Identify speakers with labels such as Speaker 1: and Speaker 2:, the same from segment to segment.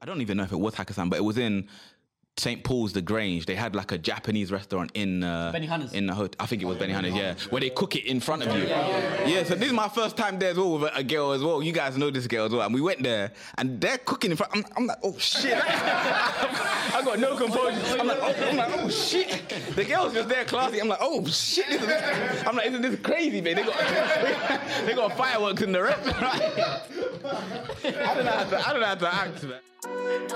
Speaker 1: I don't even know if it was Hakkasan, but it was in St. Paul's the Grange. They had like a Japanese restaurant in uh,
Speaker 2: Benihana's.
Speaker 1: in the hood. I think it was Benihana's, yeah, where they cook it in front of you. Yeah, so this is my first time there as well with a, a girl as well. You guys know this girl as well, and we went there, and they're cooking in front. I'm, I'm like, oh shit! I got no composure. I'm like, oh, I'm like, oh shit! The girl's just there classy. I'm like, oh shit! This is, I'm like, isn't this crazy, man? They got they got fireworks in the restaurant. I don't know how to, I don't know how to act, man.
Speaker 3: No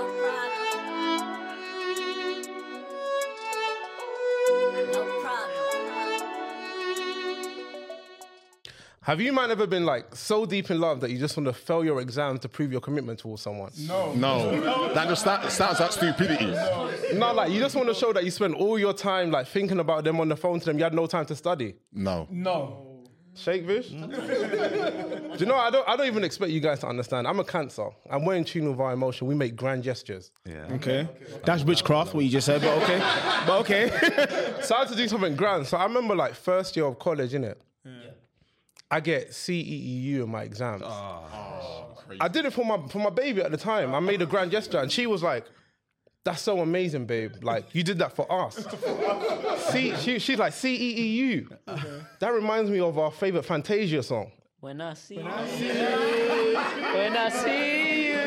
Speaker 3: problem. No problem.
Speaker 4: Have you man ever been like so deep in love that you just want to fail your exam to prove your commitment towards someone?
Speaker 5: No, that just that sounds like stupidity.
Speaker 4: No, like you just want to show that you spent all your time like thinking about them on the phone to them. You had no time to study.
Speaker 5: No.
Speaker 6: No.
Speaker 4: Shake fish. Do you know? I don't. I don't even expect you guys to understand. I'm a cancer. I'm way in tune with our emotion. We make grand gestures.
Speaker 7: Okay. That's witchcraft, what you just said, but okay. But okay.
Speaker 4: So I had to do something grand. So I remember like first year of college, innit? Yeah. I get CEEU in my exams. I did it for my for my baby at the time. I made a grand gesture, and she was like, "That's so amazing, babe! Like you did that for us." See, she, she's like CEEU. That reminds me of our favorite Fantasia song.
Speaker 2: When I see you. When I see you.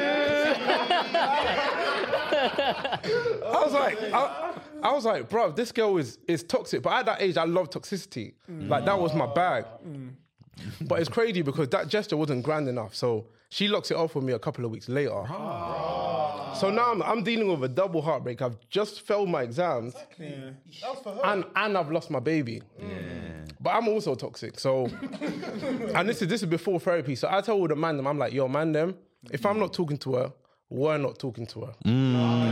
Speaker 4: I was like, I, I was like, bro, this girl is is toxic. But at that age, I love toxicity. Like that was my bag. But it's crazy because that gesture wasn't grand enough. So she locks it off with me a couple of weeks later. So now I'm, I'm dealing with a double heartbreak. I've just failed my exams, and and I've lost my baby. But I'm also toxic. So, and this is this is before therapy. So I tell all the man them, I'm like, yo, man them, if I'm not talking to her, we're not talking to her.
Speaker 7: Yeah,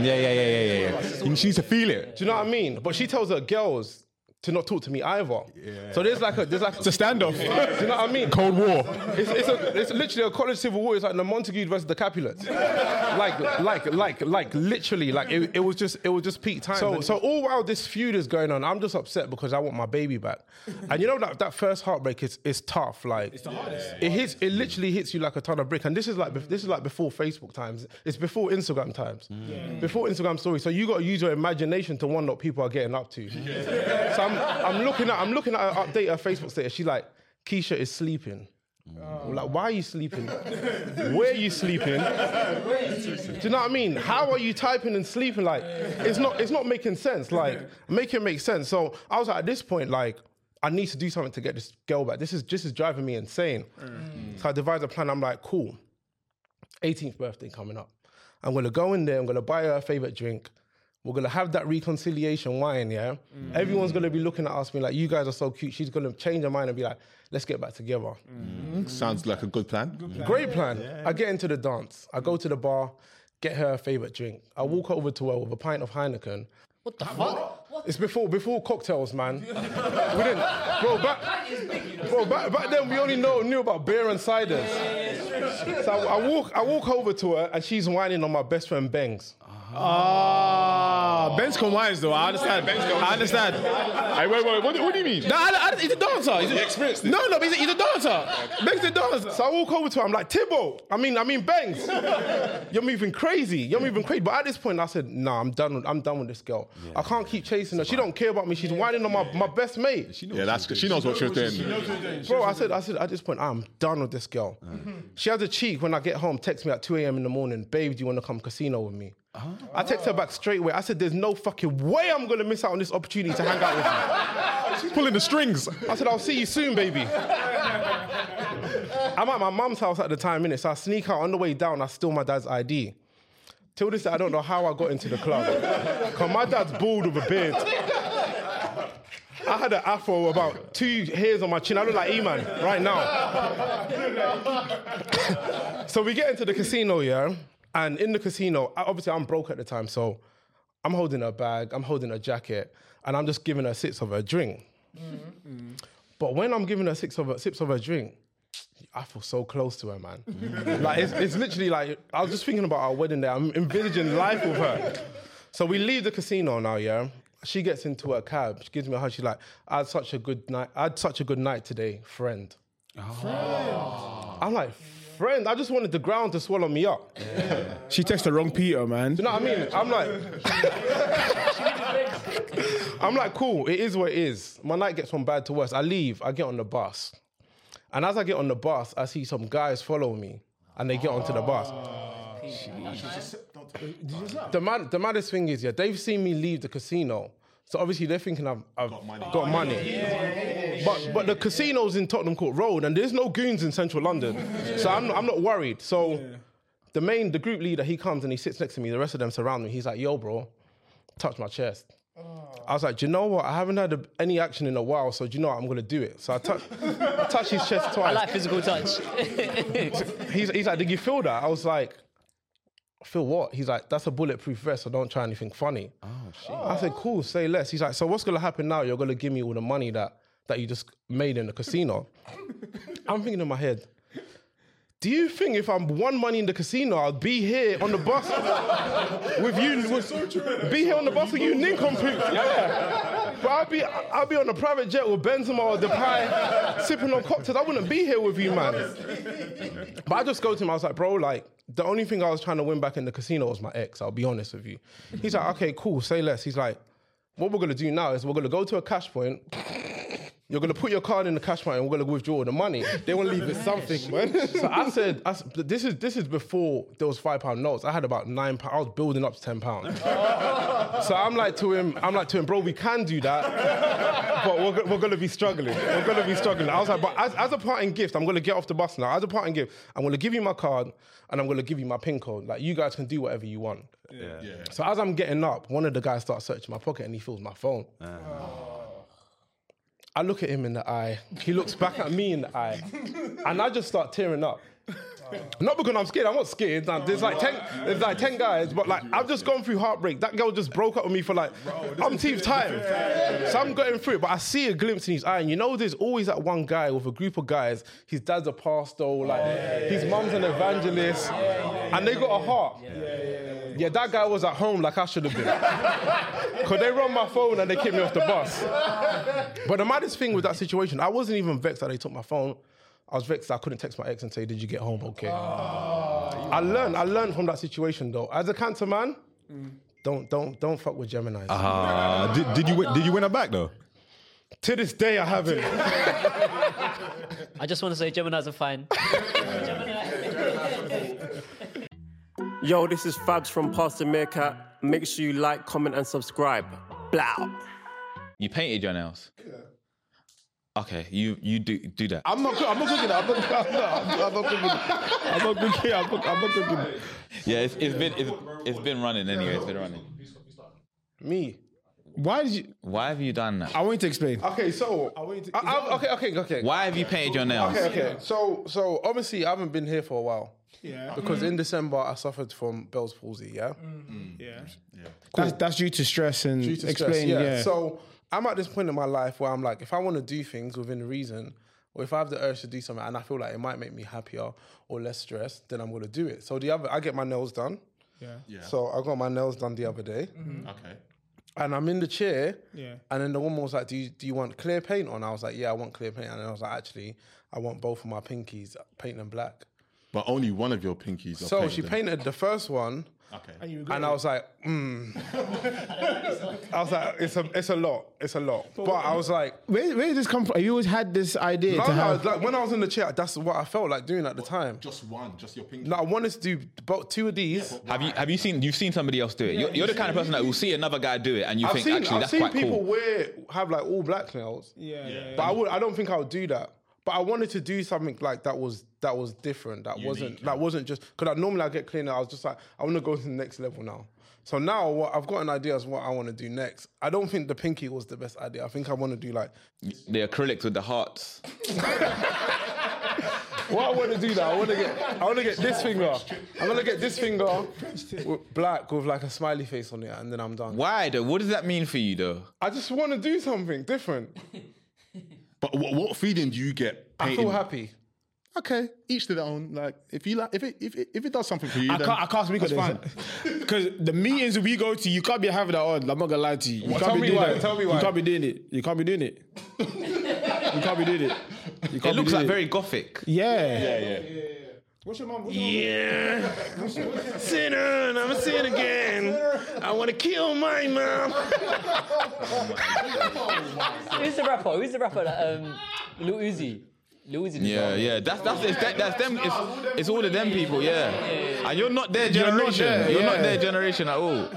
Speaker 7: yeah, yeah, yeah, yeah, yeah. You need to feel it.
Speaker 4: Do you know what I mean? But she tells her girls to not talk to me either. So there's like a there's like
Speaker 7: It's a standoff.
Speaker 4: Do you know what I mean?
Speaker 7: Cold War.
Speaker 4: It's, it's, a, it's literally a college civil war. It's like the Montague versus the Capulets. like, like, like, like, literally, like it, it was just, it was just peak time. So, so all while this feud is going on, I'm just upset because I want my baby back. And you know that that first heartbreak is is tough. Like, it's the hardest. It hits, it literally hits you like a ton of brick. And this is like, bef- this is like before Facebook times. It's before Instagram times. Before Instagram stories. So you got to use your imagination to wonder what people are getting up to. So I'm, I'm looking at, I'm looking at her update her Facebook status. She's like, Keisha is sleeping. I'm like, why are you sleeping? Where are you sleeping? Do you know what I mean? How are you typing and sleeping? Like, it's not, it's not making sense. Like, make it make sense. So I was like, at this point, like, I need to do something to get this girl back. This is, this is driving me insane. So I devised a plan. I'm like, cool. 18th birthday coming up. I'm gonna go in there. I'm gonna buy her a favorite drink. We're gonna have that reconciliation wine, yeah. Everyone's gonna be looking at us, being like, "You guys are so cute." She's gonna change her mind and be like, "Let's get back together."
Speaker 5: Sounds like a good plan.
Speaker 4: Great plan. I get into the dance. I go to the bar, get her a favorite drink. I walk over to her with a pint of Heineken.
Speaker 2: What the fuck?
Speaker 4: It's before before cocktails, man. we didn't, bro. Back, bro, back, back then we only know knew about beer and ciders. So I, I walk I walk over to her and she's whining on my best friend Bengs.
Speaker 7: Ah, Ben's con wines though. I understand. I understand.
Speaker 5: Hey, wait, wait, what, do- what do you mean?
Speaker 7: No, I, I, he's a dancer. He's a,
Speaker 5: experienced
Speaker 7: no, no, but he's a, he's a dancer. Ben's a dancer.
Speaker 4: So I walk over to her. I'm like, Tibbo. I mean, I mean, Bangs. You're moving crazy. You're moving crazy. But at this point, I said, Nah, I'm done. With, I'm done with this girl. I can't keep chasing her. She don't care about me. She's whining on my, my best mate.
Speaker 5: Yeah, that's good. She knows what she was doing.
Speaker 4: Bro, I said, I said, at this point, I'm done with this girl. She has a cheek when I get home, text me at 2 a.m. in the morning, babe, do you want to come casino with me? I text her back straight away. I said, there's no fucking way I'm going to miss out on this opportunity to hang out with you.
Speaker 7: She's pulling the strings.
Speaker 4: I said, I'll see you soon, baby. I'm at my mum's house at the time, innit? So I sneak out on the way down, I steal my dad's ID. Till this day, I don't know how I got into the club. Because my dad's bald with a beard. I had an afro about two hairs on my chin. I look like E-Man right now. so we get into the casino, yeah? And in the casino, I- obviously I'm broke at the time, so I'm holding her bag, I'm holding her jacket, and I'm just giving her sips of her drink. But when I'm giving her six of her, sips of her drink, I feel so close to her, man. like it's, it's literally like I was just thinking about our wedding day. I'm envisaging life with her. So we leave the casino now, yeah. She gets into her cab. She gives me a hug. She's like, "I had such a good night. I had such a good night today, friend." I'm like, friend. I just wanted the ground to swallow me up. Do
Speaker 7: She texted the wrong Peter, man.
Speaker 4: you know what I mean? I'm like, I'm like, cool. It is what it is. My night gets from bad to worse. I leave. I get on the bus, and as I get on the bus, I see some guys follow me, and they get onto the bus. The mad, the maddest thing is, yeah, they've seen me leave the casino. So obviously they're thinking I've, I've got money. But but the casino's in Tottenham Court Road and there's no goons in central London. So I'm not, I'm not worried. So the main, the group leader, he comes and he sits next to me. The rest of them surround me. He's like, yo, bro, touch my chest. I was like, do you know what? I haven't had a, any action in a while, so do you know what? I'm gonna do it. So I touch, I touch his chest twice.
Speaker 2: I like physical touch.
Speaker 4: He's, he's like, did you feel that? I was like, feel what? He's like, that's a bulletproof vest, so don't try anything funny. Oh, shit. I said, cool, say less. He's like, so what's going to happen now? You're going to give me all the money that, that you just made in the casino. I'm thinking in my head, do you think if I'm one money in the casino, I'll be here on the bus with you? With, be here on the bus with you, nincompoops. Yeah. But I'll be, I'll be on a private jet with Benzema or Depay, sipping on cocktails. I wouldn't be here with you, man. But I just go to him. I was like, bro, like the only thing I was trying to win back in the casino was my ex. I'll be honest with you. He's like, okay, cool, say less. He's like, what we're gonna do now is we're gonna go to a cash point. You're gonna put your card in the cash point and we're gonna withdraw the money. They wanna leave it something, man. so I said, I s- this is this is before there was five pound notes. I had about nine pounds. I was building up to ten pounds. so I'm like to him, I'm like to him, bro, we can do that, but we're, go- we're gonna be struggling. We're gonna be struggling. I was like, but as, as a parting gift, I'm gonna get off the bus now. As a parting gift, I'm gonna give you my card and I'm gonna give you my pin code. Like you guys can do whatever you want. So as I'm getting up, one of the guys starts searching my pocket and he feels my phone. I look at him in the eye. He looks back at me in the eye. And I just start tearing up. Not because I'm scared. I'm not scared. Nah, There's like ten. There's like ten guys, but like I've just gone through heartbreak. That girl just broke up with me for like umpteenth time. So I'm going through it, but I see a glimpse in his eye, and you know, there's always that one guy with a group of guys. His dad's a pastor, like his mum's an evangelist, and they got a heart. Yeah, that guy was at home like I should have been. Cause they run my phone and they kicked me off the bus. But the maddest thing with that situation, I wasn't even vexed that they took my phone. I was vexed that I couldn't text my ex and say, "Did you get home okay?" I learned. I learned from that situation though. As a cancer man, don't don't don't fuck with Gemini.
Speaker 3: Uh, did, did you win, did you win her back though?
Speaker 4: To this day, I haven't.
Speaker 2: I just want to say Gemini's are fine.
Speaker 6: Yo, this is Fabs from Pastor Meerkat. Make sure you like, comment, and subscribe. Blow.
Speaker 1: You painted your nails. Okay, you you do do that.
Speaker 4: I'm not. I'm not cooking that. I'm not, I'm not, I'm not cooking that. I'm not cooking. I'm not, I'm not cooking.
Speaker 1: yeah, it's, it's been it's, it's been running anyway. It's been running.
Speaker 4: Me.
Speaker 7: Why did you?
Speaker 1: Why have you done that?
Speaker 7: I want you to explain.
Speaker 4: Okay, so. I, I, okay, okay, okay.
Speaker 1: Why have you painted your nails?
Speaker 4: Okay, okay. So, so obviously, I haven't been here for a while.
Speaker 7: Yeah.
Speaker 4: Because in December, I suffered from Bell's palsy. Yeah.
Speaker 7: Yeah. That's, that's due to stress and
Speaker 4: due to
Speaker 7: explain.
Speaker 4: stress,
Speaker 7: yeah.
Speaker 4: So I'm at this point in my life where I'm like, if I want to do things within reason, or if I have the urge to do something and I feel like it might make me happier or less stressed, then I'm going to do it. So the other, I get my nails done.
Speaker 7: yeah. Mm-hmm.
Speaker 4: So I got my nails done the other day,
Speaker 5: Okay.
Speaker 4: and I'm in the chair.
Speaker 7: Yeah.
Speaker 4: And then the woman was like, "Do you do you want clear paint?" on?" I was like, "Yeah, I want clear paint." And then I was like, "Actually, I want both of my pinkies paint them black."
Speaker 5: But only one of your pinkies. are
Speaker 4: So she
Speaker 5: painted.
Speaker 4: painted the first one.
Speaker 5: Okay.
Speaker 4: And I was like, mm. I was like, it's a, it's a lot, it's a lot. But I was like,
Speaker 7: Where, where did this come from? You always had this idea
Speaker 4: Oh, no,
Speaker 7: to
Speaker 4: no,
Speaker 7: have.
Speaker 4: like when I was in the chair, that's what I felt like doing at the time.
Speaker 5: Just one. Just your pinky.
Speaker 4: Like I wanted to do both two of these.
Speaker 1: Have you have you seen you've seen somebody else do it? You're, you're the kind of person that will see another guy do it and you
Speaker 4: I've
Speaker 1: think
Speaker 4: seen,
Speaker 1: actually
Speaker 4: I've
Speaker 1: that's
Speaker 4: seen
Speaker 1: quite
Speaker 4: people
Speaker 1: cool.
Speaker 4: wear have like all black nails.
Speaker 7: yeah.
Speaker 4: But I would, I don't think I would do that. But I wanted to do something like that was that was different. That wasn't that wasn't just because I normally I get cleaner. I was just like I want to go to the next level now. So now what I've got an idea as what I want to do next. I don't think the pinky was the best idea. I think I want to do like
Speaker 1: The acrylics with the hearts.
Speaker 4: What I want to do now, I want to get, I want to get this finger. I'm gonna get this finger with black with like a smiley face on it, and then I'm done.
Speaker 1: Why though? What does that mean for you though?
Speaker 4: I just want to do something different.
Speaker 5: But what, what feeling do you get?
Speaker 4: I
Speaker 5: Painting?
Speaker 4: feel happy.
Speaker 5: Okay, each to their own. Like if you like, if it if it, if it does something for you,
Speaker 7: I
Speaker 5: then
Speaker 7: can't, I can't speak on
Speaker 5: that's fine.
Speaker 7: this because the meetings we go to, you can't be having that on. I'm not gonna lie to you. you can't
Speaker 4: tell
Speaker 7: be
Speaker 4: me
Speaker 7: doing
Speaker 4: why,
Speaker 7: that.
Speaker 4: tell me
Speaker 7: You
Speaker 4: why.
Speaker 7: can't be doing it. You can't be doing it. you can't be doing it. You can't
Speaker 1: It
Speaker 7: be
Speaker 1: looks
Speaker 7: doing
Speaker 1: like very gothic.
Speaker 7: Yeah. Yeah, yeah.
Speaker 4: What's your mom?
Speaker 8: Yeah. Sinner, and I'm a sin again. I want to kill my mom.
Speaker 2: Who's the rapper? Who's the rapper? That, um, Lil Uzi. Lil Uzi. did
Speaker 1: Yeah,
Speaker 2: that.
Speaker 1: yeah. That's that's it's, that, that's them. It's, it's all of them people. Yeah, and you're not their
Speaker 4: You're not
Speaker 1: generation. You're not,
Speaker 4: there, yeah.
Speaker 1: their generation at all.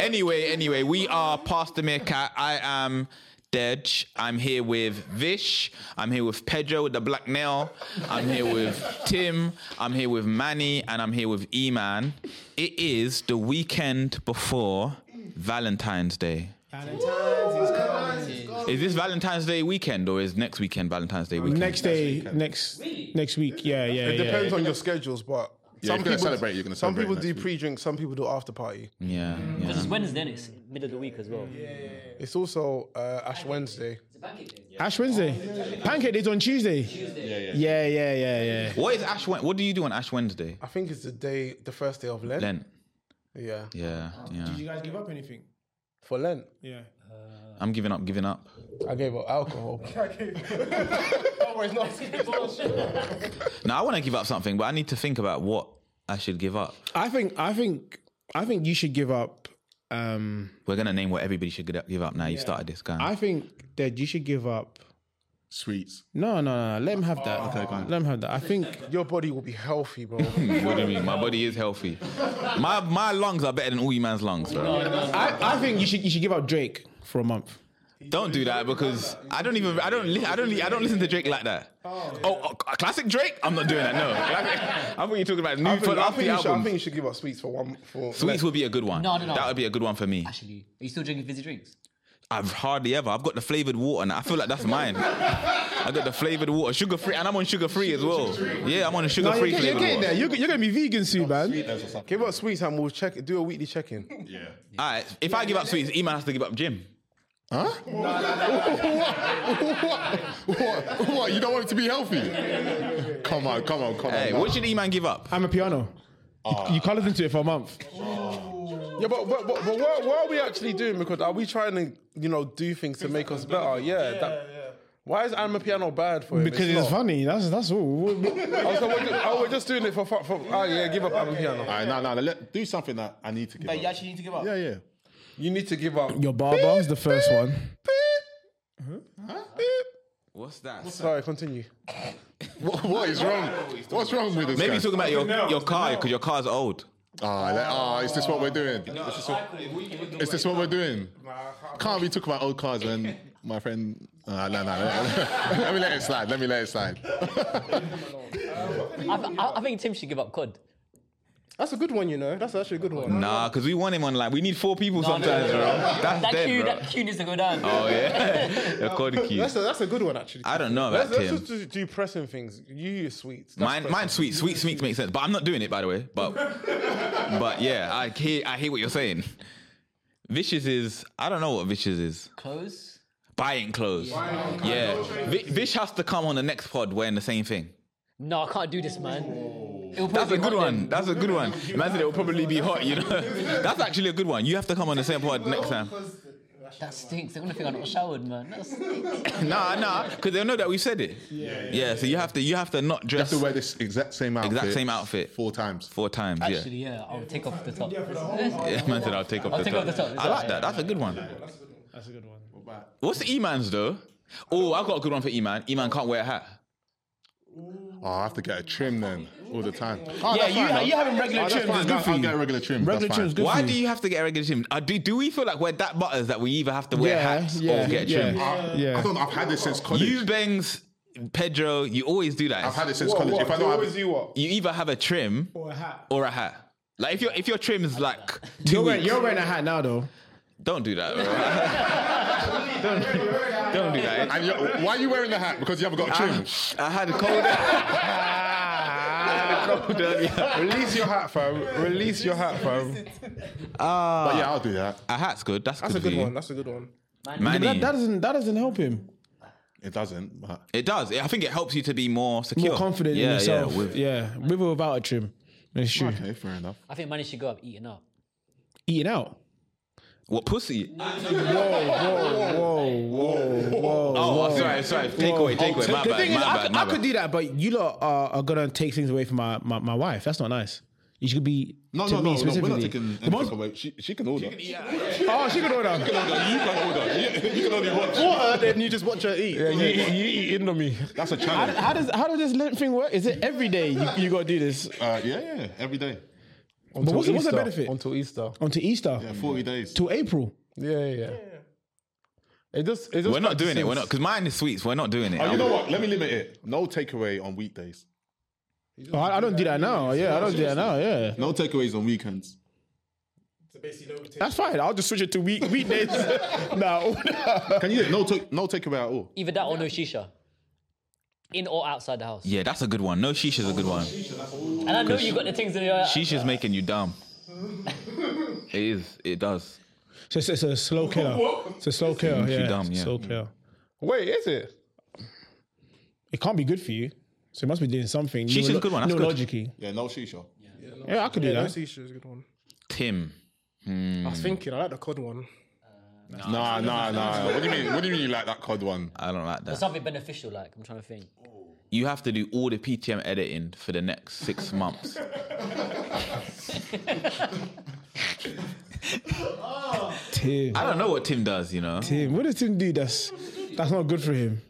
Speaker 1: Anyway, anyway, we are past the meerkat. I am. Dej. I'm here with Vish. I'm here with Pedro with the black nail. I'm here with Tim. I'm here with Manny, and I'm here with E-Man. It is the weekend before Valentine's Day. Is this Valentine's Day weekend or is next weekend Valentine's Day weekend?
Speaker 9: Next day, next next week. Yeah, yeah,
Speaker 4: It
Speaker 9: yeah.
Speaker 4: depends on your schedules, but
Speaker 5: you're gonna celebrate, you're gonna
Speaker 4: some
Speaker 5: celebrate
Speaker 4: people
Speaker 5: next
Speaker 4: do
Speaker 5: week.
Speaker 4: pre-drink, some people do after party.
Speaker 1: Yeah, yeah.
Speaker 2: It's Wednesday, and it's mid of the week as well. Yeah.
Speaker 4: It's also uh, Ash Wednesday.
Speaker 9: Ash Wednesday. Pancake Day's on Tuesday. Yeah, yeah, yeah, yeah.
Speaker 1: What is Ash? Wed- What do you do on Ash Wednesday?
Speaker 4: I think it's the day, the first day of Lent.
Speaker 1: Lent.
Speaker 4: Yeah.
Speaker 1: Yeah, yeah.
Speaker 9: you guys give up anything?
Speaker 4: For Lent,
Speaker 9: Yeah.
Speaker 1: I'm giving up. Giving up.
Speaker 4: I gave up alcohol. Don't worry, it's not- it's not.
Speaker 1: Now I want to give up something, but I need to think about what I should give up.
Speaker 9: I think I think I think you should give up um
Speaker 1: We're gonna name what everybody should get up- give up. Now you started this guy.
Speaker 9: I think that you should give up
Speaker 5: Sweets.
Speaker 9: no, no, no. Let him have that.
Speaker 5: okay, go on.
Speaker 9: Let him have that. I think
Speaker 4: Your body will be healthy, bro.
Speaker 1: what do you mean? My body is healthy. My my lungs are better than all you man's lungs, bro.
Speaker 9: I, I think you should you should give up Drake for a month.
Speaker 1: Don't do that because I don't even I don't li- I don't li- I don't listen to Drake like that. Oh, oh, classic Drake? I'm not doing that. No, Classic- I thought you were talking about new
Speaker 4: I think,
Speaker 1: for
Speaker 4: I,
Speaker 1: after
Speaker 4: think
Speaker 1: the
Speaker 4: you should, I
Speaker 1: album.
Speaker 4: think you should give up sweets for one. For
Speaker 1: Sweets would be a good one.
Speaker 2: No, no, no.
Speaker 1: That would be a good one for me.
Speaker 2: Actually, are you still drinking fizzy drinks?
Speaker 1: I've hardly ever. I've got the flavored water, and I feel like that's mine. I got the flavored water, sugar free, and I'm on sugar free as well. Yeah, I'm on a sugar
Speaker 9: No, you're,
Speaker 1: free
Speaker 9: get- you're
Speaker 1: flavored
Speaker 9: getting there.
Speaker 1: water.
Speaker 9: You're, you're gonna be vegan soon, man.
Speaker 4: Give up sweets and we'll check. Do a weekly check-in.
Speaker 1: All right, if I give up sweets, Iman has to give up gym.
Speaker 5: Huh? what? what? What? You don't want it to be healthy? Come on, come on, come
Speaker 1: Hey,
Speaker 5: on.
Speaker 1: what should Iman give up?
Speaker 9: I'm a piano. You, you can't listen to it for a month.
Speaker 4: Yeah, but but, but, but what, what are we actually doing? Because are we trying to you know do things to make us better? Yeah. that, Why is I'm a piano bad for him?
Speaker 9: Because it's,
Speaker 4: not.
Speaker 9: funny. That's that's all.
Speaker 4: Oh, so we're just, oh, we're just doing it for fun. For, oh yeah, give up I'm a piano.
Speaker 5: All right, no, no, let, do something that I need to give up.
Speaker 8: actually need to give up.
Speaker 5: Yeah, yeah.
Speaker 4: You need to give up.
Speaker 9: Your barber's the first one.
Speaker 1: What's that?
Speaker 4: Sorry, continue.
Speaker 5: What, what is wrong? What's wrong with this
Speaker 1: Maybe
Speaker 5: guy?
Speaker 1: he's talking about your, your car because your car's old.
Speaker 5: Ah, like, ah, is this what we're doing? Is this what, is this what we're doing? Can't we talk about old cars when my friend? Uh, no, no, no. Let me let it slide. Let me let it slide.
Speaker 2: I, th- I, I think Tim should give up cod.
Speaker 4: That's a good one, you know. That's actually a good one.
Speaker 1: Nah, because we want him online. We need four people
Speaker 2: No, no,
Speaker 1: sometimes,
Speaker 2: no, no.
Speaker 1: bro. That's
Speaker 2: That
Speaker 1: dead,
Speaker 2: queue,
Speaker 1: bro.
Speaker 2: that queue needs to go down.
Speaker 1: Oh yeah, your code key.
Speaker 4: That's a, that's a good one actually.
Speaker 1: I don't know about
Speaker 4: Let's, let's
Speaker 1: Tim.
Speaker 4: just do, do pressing things. You use sweets. That's
Speaker 1: Mine,
Speaker 4: pressing.
Speaker 1: mine, sweet, sweet, sweet makes sense. But I'm not doing it, by the way. But, but yeah, I hear, I hear what you're saying. Vicious is, I don't know what Vicious is.
Speaker 2: Clothes.
Speaker 1: Buying clothes. Yeah, Vi- Vish has to come on the next pod wearing the same thing.
Speaker 2: No, I can't do this, man. It'll
Speaker 1: That's
Speaker 2: probably
Speaker 1: a
Speaker 2: be
Speaker 1: good
Speaker 2: hot
Speaker 1: one.
Speaker 2: then.
Speaker 1: That's a good one. Imagine it will probably be hot. You know, that's actually a good one. You have to come on the same pod next time.
Speaker 2: That stinks. They're gonna think I'm not showered, man. That stinks.
Speaker 1: Nah, nah, because they'll know that we said it. Yeah, yeah. So you have to, you have to not
Speaker 5: You have
Speaker 1: dress
Speaker 5: to wear this exact same outfit.
Speaker 1: exact same outfit
Speaker 5: four times.
Speaker 1: four times. Yeah.
Speaker 2: Actually, yeah, I'll take off the top.
Speaker 1: Yeah, man said I'll take off
Speaker 2: I'll
Speaker 1: the
Speaker 2: take
Speaker 1: top.
Speaker 2: off the top. Is
Speaker 1: I
Speaker 2: that
Speaker 1: like
Speaker 2: right?
Speaker 1: that. That's a good one. That's a good one. What's the E-man's though? Oh, I've got a good one for E-man. E-man can't wear a hat.
Speaker 5: Oh, I have to get a trim then all the time. Ah,
Speaker 9: Yeah, you ha- you having regular
Speaker 5: trim.
Speaker 9: trims is good for
Speaker 5: I'll
Speaker 9: you.
Speaker 5: get a regular trim.
Speaker 9: Regular
Speaker 5: that's
Speaker 9: trim's
Speaker 5: fine.
Speaker 9: good
Speaker 1: Why
Speaker 9: for
Speaker 1: do you have to get a regular trim? Uh, do, do we feel like we're that butters that we either have to wear
Speaker 9: yeah,
Speaker 1: hats
Speaker 9: yeah,
Speaker 1: or get trim?
Speaker 9: yeah,
Speaker 5: Ah, I
Speaker 9: yeah.
Speaker 5: don't. know, I've had this since college.
Speaker 1: You, Bengs, Pedro, you always do that.
Speaker 5: I've had it since
Speaker 4: What,
Speaker 5: college.
Speaker 4: what?
Speaker 5: If I
Speaker 4: Do
Speaker 5: don't
Speaker 4: always
Speaker 5: have,
Speaker 4: you what?
Speaker 1: you either have a trim
Speaker 9: Or a hat.
Speaker 1: or a hat. Like if your if your trim's like 2
Speaker 9: You're wearing,
Speaker 1: weeks,
Speaker 9: you're wearing a hat now though.
Speaker 1: don't do that. Bro. don't don't do that.
Speaker 5: and you're, why are you wearing the hat? Because you haven't got a trim.
Speaker 9: Ah.
Speaker 1: I had a cold. I had a cold earlier.
Speaker 4: Release your hat, fam. Release your hat, fam.
Speaker 7: Ah.
Speaker 5: but yeah, I'll do that.
Speaker 1: A hat's good. That's,
Speaker 4: That's a
Speaker 1: good for
Speaker 4: good
Speaker 1: you.
Speaker 4: one. That's a good one.
Speaker 1: Manny.
Speaker 9: That, that doesn't that doesn't help him.
Speaker 5: It doesn't. But
Speaker 1: It does. It- I think it helps you to be more secure,
Speaker 9: More confident
Speaker 1: yeah,
Speaker 9: in yourself.
Speaker 1: Yeah,
Speaker 9: Yeah,
Speaker 1: with-
Speaker 9: yeah, with or without a trim. It's true.
Speaker 7: Hmm.
Speaker 5: okay, fair enough.
Speaker 2: I think Manny should go up eating up.
Speaker 9: Eating out.
Speaker 1: What pussy?
Speaker 9: Whoa, whoa, whoa.
Speaker 1: Oh, sorry, sorry. Take away, take away.
Speaker 9: So
Speaker 1: My
Speaker 9: the
Speaker 1: bad,
Speaker 9: thing
Speaker 1: my
Speaker 9: is, I,
Speaker 1: bad,
Speaker 9: could-
Speaker 1: my
Speaker 9: I could
Speaker 1: bad.
Speaker 9: do that, but you lot are, are gonna take things away from my, my, my wife. That's not nice. You should be
Speaker 5: No,
Speaker 9: to
Speaker 5: no, no,
Speaker 9: me
Speaker 5: no. We're
Speaker 9: specifically.
Speaker 5: not taking
Speaker 9: The moment-
Speaker 5: anything away. She, she can order. You
Speaker 9: oh, she could order.
Speaker 5: can order. You, you can only
Speaker 7: Water,
Speaker 5: watch.
Speaker 7: uh, then you just watch her eat.
Speaker 4: You, you eat Indomie.
Speaker 5: That's a
Speaker 9: How,
Speaker 5: challenge.
Speaker 9: how does how does this lip thing work? Is it every day you, you gotta do this?
Speaker 5: Uh, yeah, yeah, every day.
Speaker 4: But
Speaker 9: what's- what's the benefit?
Speaker 4: Until Easter.
Speaker 9: Onto Easter
Speaker 5: Yeah, 40 uh, days.
Speaker 9: till April.
Speaker 4: Yeah, yeah. yeah. It just, it just
Speaker 1: We're not doing it. We're not because mine is sweets. We're not doing it.
Speaker 5: Oh, you
Speaker 1: I'm-
Speaker 5: know what? Let me limit it. No takeaway on weekdays.
Speaker 9: Oh, I, I don't do that now. Yeah, I don't do that now. Yeah,
Speaker 5: No takeaways on weekends.
Speaker 9: that's fine. I'll just switch it to week weekdays. no,
Speaker 5: Can you? No, ta- no takeaway at all.
Speaker 2: Either that or no shisha. In or outside the house.
Speaker 1: Yeah, that's a good one. No shisha's a good one.
Speaker 2: And I know you got the things in your.
Speaker 1: Shisha's making you dumb. It is. It does.
Speaker 9: so it's, it's a slow killer. It's a slow killer.
Speaker 1: Makes you
Speaker 9: Yeah,
Speaker 1: dumb,
Speaker 9: It's a
Speaker 1: yeah.
Speaker 9: slow killer.
Speaker 4: Wait, is it?
Speaker 9: It can't be good for you. So it must be doing something.
Speaker 1: Shisha's
Speaker 9: neuro-
Speaker 1: a good one, that's good.
Speaker 9: neurologically.
Speaker 5: Yeah, no shisha.
Speaker 9: Yeah, I could do
Speaker 7: Yeah, no
Speaker 9: that.
Speaker 7: seizure is a good one.
Speaker 1: Tim.
Speaker 4: Hmm.
Speaker 7: I was thinking, I like the cod one.
Speaker 5: Nah, nah, nah. What do you mean? What do you mean you like that cod one?
Speaker 1: I don't like that.
Speaker 2: Something beneficial, like I'm trying to think.
Speaker 1: You have to do all the PTM editing for the next six months.
Speaker 9: Tim,
Speaker 1: I don't know what Tim does. You know,
Speaker 9: Tim, what does Tim do? That's that's not good for him.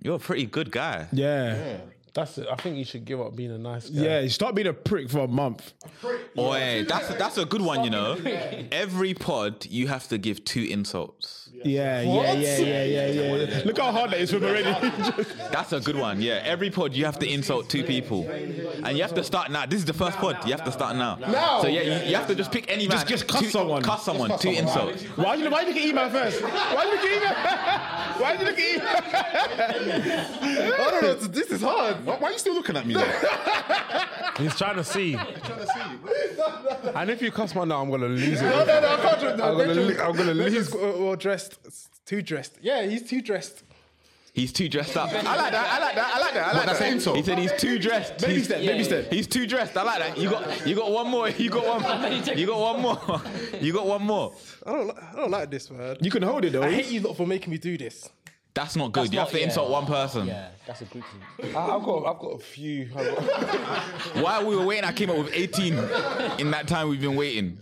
Speaker 1: you're a pretty good guy.
Speaker 9: Yeah,
Speaker 4: That's it. I think you should give up being a nice guy.
Speaker 9: yeah. You start being a prick for a month.
Speaker 1: Oi, that's that's a good one. You know, every pod you have to give two insults.
Speaker 9: Yeah, yeah, yeah, yeah, yeah, yeah, yeah. Look how hard that is for him already.
Speaker 1: That's a good one. Yeah, every pod you have to insult two people, and you have to start now. This is the first pod. You have to start now. So yeah, you, you have to just pick any man.
Speaker 9: Just- just cuss
Speaker 1: two,
Speaker 9: someone.
Speaker 1: Cuss someone. two insults.
Speaker 9: Why did you, why did you look at Eman first? Why did you look at Eman? Why did you look at Eman?
Speaker 5: I don't know. This is hard. Why, why are you still looking at me? Though?
Speaker 4: He's trying to see. And if you cuss my now, I'm gonna lose it.
Speaker 7: No, no, no, I can't do that.
Speaker 4: I'm gonna li- I'm gonna leave.
Speaker 7: Benjamin's got- well dressed. It's Too dressed. Yeah, he's too dressed.
Speaker 1: He's too dressed up. I like that. I like that. I like that. I like
Speaker 5: that's
Speaker 1: that.
Speaker 5: an insult.
Speaker 1: He said he's too dressed.
Speaker 9: Baby
Speaker 1: he's,
Speaker 9: step, baby
Speaker 2: yeah.
Speaker 9: step.
Speaker 1: He's too dressed. I like that. You got you got one more. You got one. You got one more. You got one more.
Speaker 7: I don't, li- I don't like this, man.
Speaker 9: You can hold it though.
Speaker 7: I hate you lot for making me do this.
Speaker 1: That's not good. you
Speaker 2: not-
Speaker 1: have to
Speaker 2: yeah.
Speaker 1: insult one person.
Speaker 2: Yeah, that's a group thing.
Speaker 4: I- I've got, I've got a few. I've got-
Speaker 1: While we were waiting, I came up with 18 in that time we've been waiting.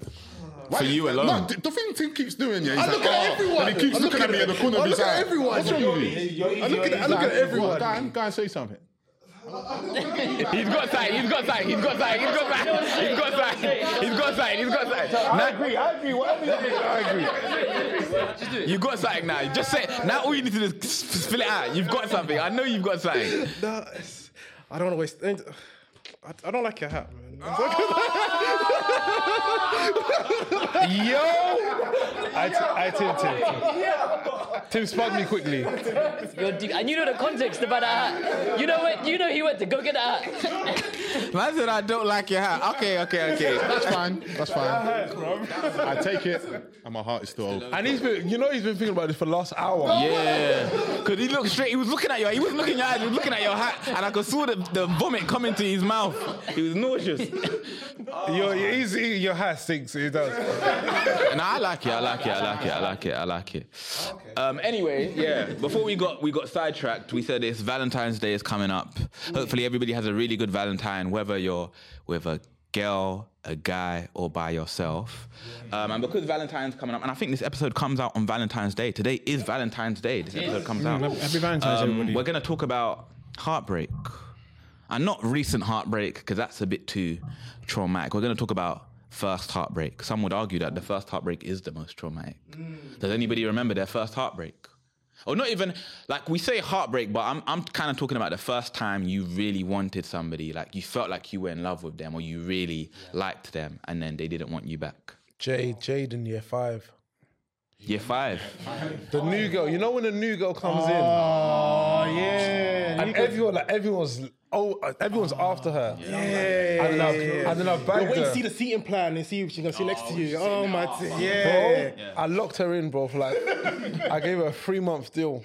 Speaker 1: For you alone.
Speaker 5: No, th- the thing Tim keeps doing, yeah. He's
Speaker 7: I
Speaker 5: like,
Speaker 7: look at
Speaker 5: oh,
Speaker 7: everyone.
Speaker 5: And he keeps
Speaker 7: I look
Speaker 5: looking at me in the corner
Speaker 7: I
Speaker 5: of his
Speaker 7: look at
Speaker 5: eye.
Speaker 7: everyone.
Speaker 5: What's wrong with you?
Speaker 7: I look at, I look at everyone.
Speaker 5: Guy, guy, say something.
Speaker 1: He's got side, he's got side, he's got side, he's got side, he's got side, he's got side, he's got side. I agree, I agree, I agree. You got something now. Just say now. All you need to do is spill it out. You've got something. I know you've got something.
Speaker 7: No, it's- I don't want to waste. I, I don't like your hat, man.
Speaker 4: I, t- I Tim, Tim, Tim. Tim spun me quickly.
Speaker 2: You're deep. And you know the context about that hat. You know what? You know he went to go get that hat.
Speaker 1: Man said I don't like your hat. Okay, okay, okay.
Speaker 5: That's fine. That's fine. I take it, and my heart is still open.
Speaker 4: And he's been, you know, he's been thinking about this for the last hour.
Speaker 1: Yeah, cause he looked straight. He was looking at your. He was looking at your eyes. He was looking at your hat, and I could saw the, the vomit coming to his mouth. He was nauseous.
Speaker 4: Your, he's, he, your hat stinks. It does.
Speaker 1: No, I like it. I like it. I like it. I like it. I like it. Um, anyway, yeah. Before we got we got sidetracked, we said it's Valentine's Day is coming up. Hopefully, everybody has a really good Valentine, whether you're with a girl, a guy, or by yourself. Um, and because Valentine's coming up, and I think this episode comes out on Valentine's Day. Today is Valentine's Day. This episode comes out.
Speaker 9: Happy Valentine's,
Speaker 1: Um,
Speaker 9: everybody.
Speaker 1: we're gonna talk about heartbreak, and not recent heartbreak because that's a bit too traumatic. We're gonna talk about first heartbreak. Some would argue that the first heartbreak is the most traumatic. Does anybody remember their first heartbreak? Or not even like we say heartbreak, but I'm I'm kind of talking about the first time you really wanted somebody, like you felt like you were in love with them or you really liked them, and then they didn't want you back.
Speaker 4: Jade, Jade in year five.
Speaker 1: Year five.
Speaker 4: The
Speaker 8: Oh.
Speaker 4: new girl. You know when the new girl comes in,
Speaker 7: Yeah.
Speaker 4: and everyone, like everyone's oh, uh, everyone's after her. Yeah. And then I've, and then I've bagged
Speaker 8: Wait,
Speaker 4: her.
Speaker 8: see the seating plan and see if she's gonna sit next to you. Oh my, t-
Speaker 4: Bro,
Speaker 8: yeah.
Speaker 4: I locked her in, bro. For like, I gave her a three month deal,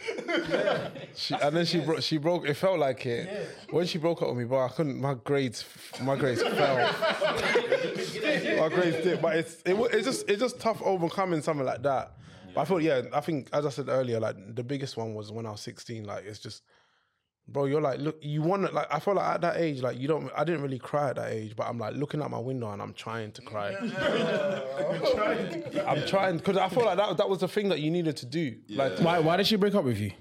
Speaker 4: she, and then she broke. She broke. It felt like it when she broke up with me, bro. I couldn't. My grades, my grades fell. my grades did, but it's it, wa- it's just it's just tough overcoming something like that. But I thought, yeah, I think as I said earlier, like the biggest one was when I was sixteen. Like it's just bro, you're like, look, you want to, like, I feel like at that age, like, you don't, I didn't really cry at that age, but I'm like looking out my window and I'm trying to cry. I'm trying, because I feel like that, that was the thing that you needed to do. Like,
Speaker 9: Why, why did she break up with you?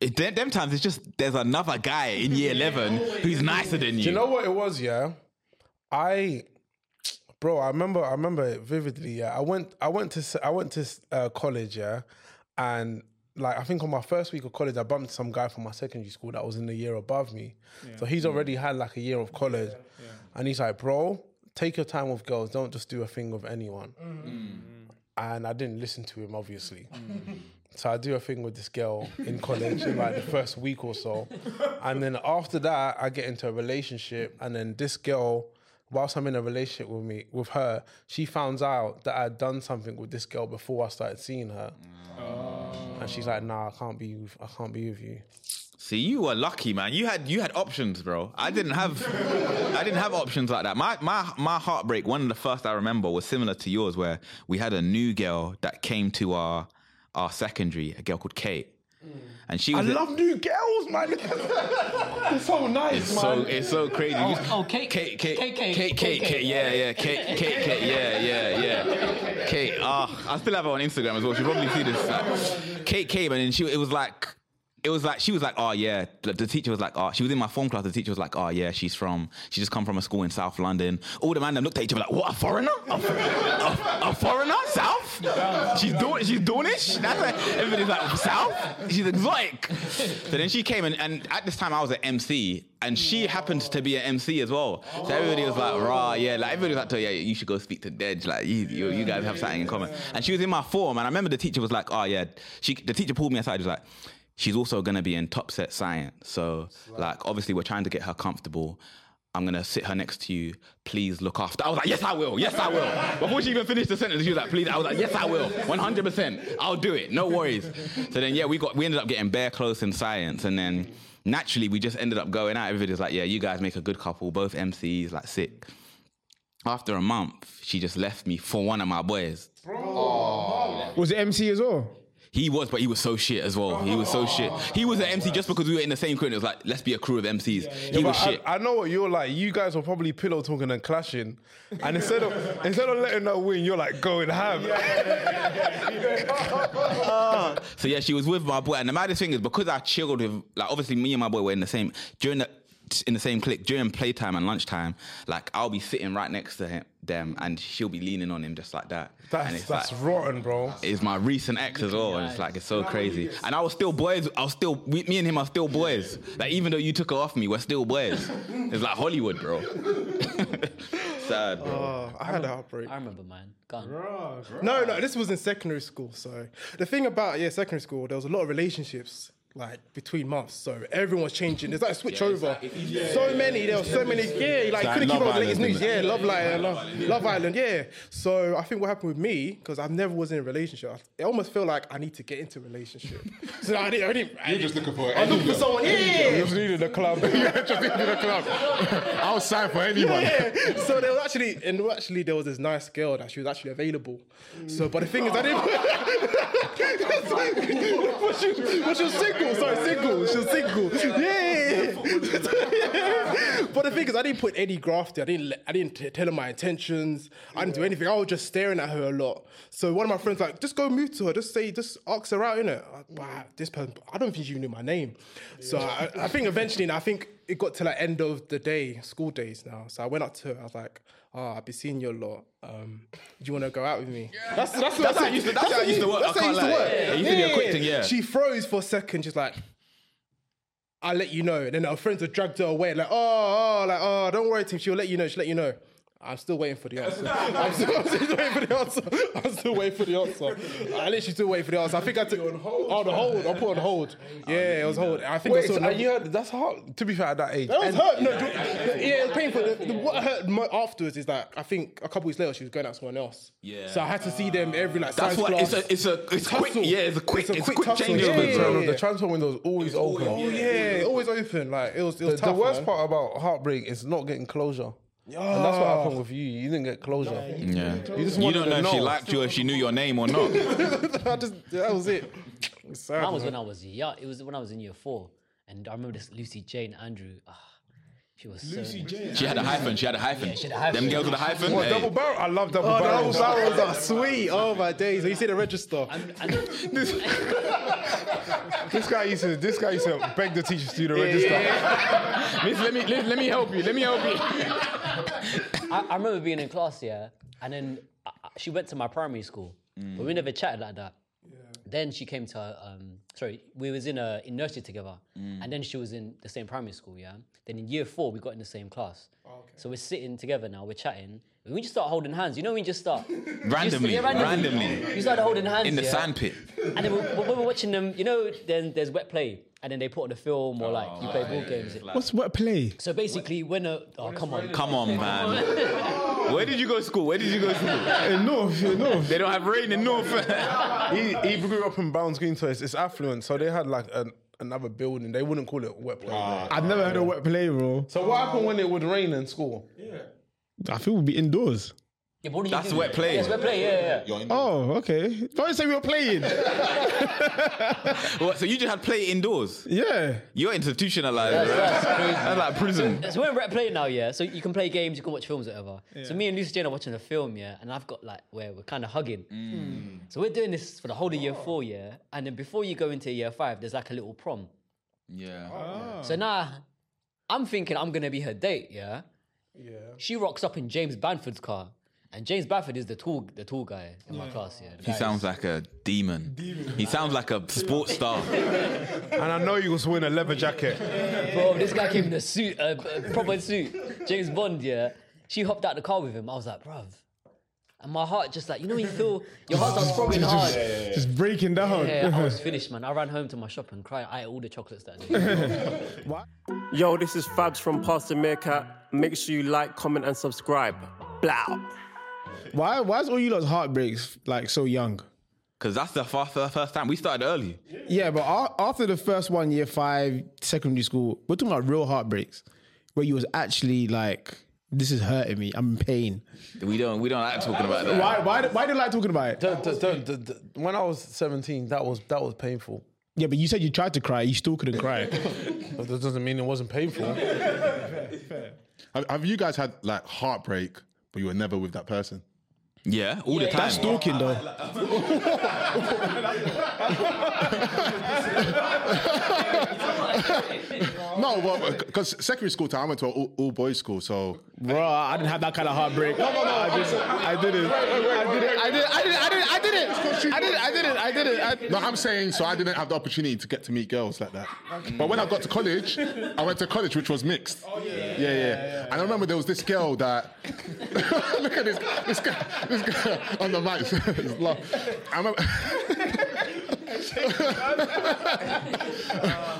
Speaker 1: It, them, them times, it's just there's another guy in year 11 who's nicer than you.
Speaker 4: you know what it was, yeah? I, bro, I remember, I remember it vividly, yeah? I went, I went to, s- I went to s- uh, college, yeah? And, like I think on my first week of college, I bumped some guy from my secondary school that was in the year above me. So he's already had like a year of college. And he's like, bro, take your time with girls. Don't just do a thing with anyone. And I didn't listen to him, obviously. So I do a thing with this girl in college in like the first week or so. And then after that, I get into a relationship. And then this girl, whilst I'm in a relationship with me with her, she found out that I'd done something with this girl before I started seeing her.
Speaker 1: Oh.
Speaker 4: And she's like, nah, I can't be with, I can't be with you.
Speaker 1: See, you were lucky, man. You had you had options, bro. I didn't have I didn't have options like that. My my my heartbreak, one of the first I remember was similar to yours, where we had a new girl that came to our our secondary, a girl called Kate. And she
Speaker 4: I
Speaker 1: was
Speaker 4: love new girls, man. it's so nice,
Speaker 1: it's
Speaker 4: man.
Speaker 1: so it's so crazy. You-
Speaker 2: oh, Kate-
Speaker 1: Kate, Kate,
Speaker 2: Kate,
Speaker 1: Kate,
Speaker 2: Kate,
Speaker 1: Kate,
Speaker 2: Kate,
Speaker 1: Kate, yeah, yeah, Kate, Kate, Kate, yeah, yeah, yeah, Kate. Ah, I still have her on Instagram as well. She probably see this. Like, Kate came and then she, it was like, it was like she was like, oh yeah. The, the teacher was like, oh, she was in my form class. The teacher was like, oh yeah, she's from, she just come from a school in South London. All the man them looked at each other like, what a foreigner, a, a, a foreigner, South. She's doing, she's Dornish. That's like everybody's like South. She's exotic. So then she came and, and at this time I was an MC and she happened to be an MC as well. So everybody was like, rah, yeah. Like everybody was like, "Oh, yeah, you should go speak to Dej. Like you, you, you guys have something in common. And she was in my form, and I remember the teacher was like, oh yeah. She, the teacher pulled me aside. She was like, she's also gonna be in top set science. So like, obviously, we're trying to get her comfortable. I'm gonna sit her next to you. Please look after. I was like, yes, I will. Yes, I will. Before she even finished the sentence, she was like, please. I was like, yes, I will. 100. percent I'll do it. No worries. So then, yeah, we got. We ended up getting bare close in science, and then naturally we just ended up going out. Everybody's like, yeah, you guys make a good couple. Both MCs like sick. After a month, she just left me for one of my boys.
Speaker 9: Was it MC as well?
Speaker 1: He was, but he was so shit as well. He was so shit. He was an MC just because we were in the same crew. And it was like, let's be a crew of MCs. He
Speaker 4: Yeah,
Speaker 1: was
Speaker 4: but
Speaker 1: shit.
Speaker 4: I, I know what you're like. You guys were probably pillow talking and clashing, and instead of instead of letting her win, you're like going ham.
Speaker 1: So yeah, she was with my boy, and the maddest thing is because I chilled with like obviously me and my boy were in the same during the in the same clique during playtime and lunchtime. Like I'll be sitting right next to him, them, and she'll be leaning on him just like that. and
Speaker 4: That's that's rotten, bro.
Speaker 1: It's my recent ex as well, and it's like it's so crazy. And I was still boys. I was still we, me and him are still boys. Like even though you took her off me, we're still boys. it's like Hollywood, bro. Sad, bro.
Speaker 8: Oh, I had a heartbreak.
Speaker 2: I remember mine. Gone.
Speaker 8: No, no, this was in secondary school. So the thing about yeah, secondary school, there was a lot of relationships like between months. So everyone's changing. There's like a switch over. so many. There were so many. Yeah, like couldn't
Speaker 5: Love
Speaker 8: keep up with the
Speaker 5: Island,
Speaker 8: latest news.
Speaker 5: isn't
Speaker 8: Yeah, Love Island. Love, Love Island. Yeah. So I think what happened with me because I never was in a relationship. I almost felt like I need to get into a relationship. so I didn't. I didn't. I
Speaker 5: You're
Speaker 8: didn't-
Speaker 5: just looking for
Speaker 8: I was looking
Speaker 5: anyone.
Speaker 8: for someone. Yeah.
Speaker 4: You just needed a club.
Speaker 5: just into the club. I'll sign for anyone.
Speaker 8: Yeah. So there was actually, and actually, there was this nice girl that she was actually available. So, but the thing is, I didn't. but, she, but she was single. Sorry, single. She was single. Yeah. but the thing is, I didn't put any graft there. I didn't. let- I didn't t- tell her my intentions. I didn't do anything. I was just staring at her a lot. So one of my friends like, just go move to her. Just say, just ask her out, innit? I, wow, this person. I don't think she knew my name. So I, I think eventually, and I think it got to like end of the day, school days now. So I went up to her. I was like, "Oh, I've been seeing you a lot. Um, do you want to go out with me?" That's that's
Speaker 1: That's how it used to- that's how it used to work.
Speaker 8: That's
Speaker 1: I
Speaker 8: how it
Speaker 1: can't
Speaker 8: used to
Speaker 1: lie.
Speaker 8: work.
Speaker 1: Yeah, it used to be a quick thing, yeah.
Speaker 8: She froze for a second. She's like. I'll let you know. And then her friends have dragged her away, like, oh, oh, like, oh, don't worry, Tim. She'll let you know. She'll let you know. I'm still waiting for the answer. I'm still, I'm still waiting for the answer. I'm still waiting for the answer. I literally still waiting for the answer. I think I took on hold. Oh, the hold. I put on hold.
Speaker 1: Oh,
Speaker 8: Yeah, it was hold. I think I
Speaker 4: Wait,
Speaker 8: saw
Speaker 4: and you heard that's hard. To be fair, at that age,
Speaker 8: That was
Speaker 4: and-
Speaker 8: hurt. No, do- yeah, it was painful. The- the- what hurt mo- afterwards is that I think a couple weeks later she was going out to someone else.
Speaker 1: Yeah.
Speaker 8: So I had to see them every like.
Speaker 1: That's
Speaker 8: science
Speaker 1: what
Speaker 8: class.
Speaker 1: it's a it's a it's quick.
Speaker 8: Tussle.
Speaker 1: Yeah, it's a quick it's, quick,
Speaker 8: tussle.
Speaker 1: change.
Speaker 8: Yeah, yeah, yeah.
Speaker 4: The transfer window is always open.
Speaker 8: Oh yeah, always open. Like it was. It was
Speaker 4: The, the
Speaker 8: tough,
Speaker 4: worst
Speaker 8: man.
Speaker 4: part about heartbreak is not getting closure. And that's what happened with you. You didn't get closure.
Speaker 1: Yeah. You,
Speaker 4: just wanted
Speaker 1: don't know
Speaker 4: to
Speaker 1: if she
Speaker 4: know.
Speaker 1: liked you or if she knew your name or not.
Speaker 8: I just, that was it. It's sad,
Speaker 2: That was
Speaker 8: man.
Speaker 2: when I was young. It was when I was in year four, and I remember this Lucy Jane Andrew. ah, she was Lucy so, Jane.
Speaker 1: She had a hyphen. She had a hyphen.
Speaker 2: she had a hyphen.
Speaker 1: Them girls with a hyphen.
Speaker 4: What,
Speaker 1: hey.
Speaker 4: double barrel? I love double
Speaker 8: Oh, the
Speaker 4: barrels.
Speaker 8: double barrels are sweet. Oh my days! You see the register.
Speaker 7: This guy used to this guy used to beg the teachers to do the register.
Speaker 1: Miss, let me let, let me help you. Let me help you.
Speaker 2: I, I remember being in class, yeah, and then I, I- she went to my primary school, but we never chatted like that. Then she came to, her, um, sorry, we was in a in nursery together, and then she was in the same primary school, yeah. Then in year four, we got in the same class. So we're sitting together now, we're chatting. and We just start holding hands. You know, we just start
Speaker 1: Randomly,
Speaker 2: You start-
Speaker 1: randomly.
Speaker 2: You start holding hands
Speaker 1: In the
Speaker 2: yeah?
Speaker 1: sandpit.
Speaker 2: And then we- when we're, watching them, you know, then there's wet play, and then they put on a film or like
Speaker 1: Oh,
Speaker 2: you play board games.
Speaker 9: What's what play?
Speaker 2: So basically, when a oh come on,
Speaker 1: Come on, man. Where did you go to school? Where did you go to school?
Speaker 7: In North, in North.
Speaker 1: They don't have rain in North.
Speaker 4: He, he grew up in Browns Green, so it's, it's affluent. So they had like an, another building. They wouldn't call it wet play.
Speaker 9: I've never heard of wet play, bro.
Speaker 4: So what happened when it would rain in school?
Speaker 9: I feel we'll be indoors.
Speaker 2: yeah, what do you
Speaker 1: That's
Speaker 2: do?
Speaker 1: wet play.
Speaker 2: Yeah, it's wet play. Yeah, yeah. yeah.
Speaker 5: You're in
Speaker 9: Oh, okay. Don't say we were playing.
Speaker 1: What, so you just had play indoors.
Speaker 9: yeah.
Speaker 1: You're institutionalized. bro.
Speaker 2: That's crazy.
Speaker 1: That's like prison.
Speaker 2: So we're at Rep Play now, yeah. So you can play games, you can watch films, whatever. So me and Lucy Jane are watching a film, yeah, and I've got like where we're kind of hugging. So we're doing this for the whole of year four, yeah, and then before you go into year five, there's like a little prom.
Speaker 1: Yeah.
Speaker 2: So now I'm thinking I'm gonna be her date, yeah. Yeah. She rocks up in James Banford's car. And James Banford is the tall the tall guy in my class, yeah.
Speaker 1: He sounds like a demon. He sounds like a sports star.
Speaker 7: And I know you was wearing a leather jacket.
Speaker 2: Bro, this guy came in a suit, a, a proper suit. James Bond, yeah. She hopped out the car with him. I was like, bruv. And my heart just like, you know, when you feel your heart starts throbbing hard. Yeah,
Speaker 9: Just breaking down.
Speaker 2: I was finished, man. I ran home to my shop and cried. I ate all the chocolates that day.
Speaker 6: Yo, this is Fabs from Pastor Meerkat. Make sure you like, comment, and subscribe. Blah.
Speaker 9: Why why is all you lot's heartbreaks like so young?
Speaker 1: Because that's the first, first time. We started early.
Speaker 9: Yeah, but a- after the first one, year five, secondary school, we're talking about real heartbreaks where you was actually like, this is hurting me. I'm in pain.
Speaker 1: We don't we don't like talking about that.
Speaker 9: Why why why do you like talking about it?
Speaker 4: The- the- the- the- the- when I was 17, that was that was painful.
Speaker 9: Yeah, but you said you tried to cry, you still couldn't cry.
Speaker 4: But that doesn't mean it wasn't painful.
Speaker 5: Have, have you guys had like heartbreak, but you were never with that person?
Speaker 1: Yeah, all the time.
Speaker 9: That's stalking though.
Speaker 5: No, well, because secondary school time, I went to an all, all boys school, so
Speaker 9: Bro, I didn't have that kind of heartbreak. No, no, no. I didn't. I didn't. I didn't. I didn't. I didn't. I didn't. I didn't. I didn't. I didn't. I didn't.
Speaker 5: No, I'm saying so I didn't have the opportunity to get to meet girls like that. But when I got to college, I went to college which was mixed. Oh yeah. Yeah, yeah. And I remember there was this girl that look at this this guy this guy on the mic. It's lo- I remember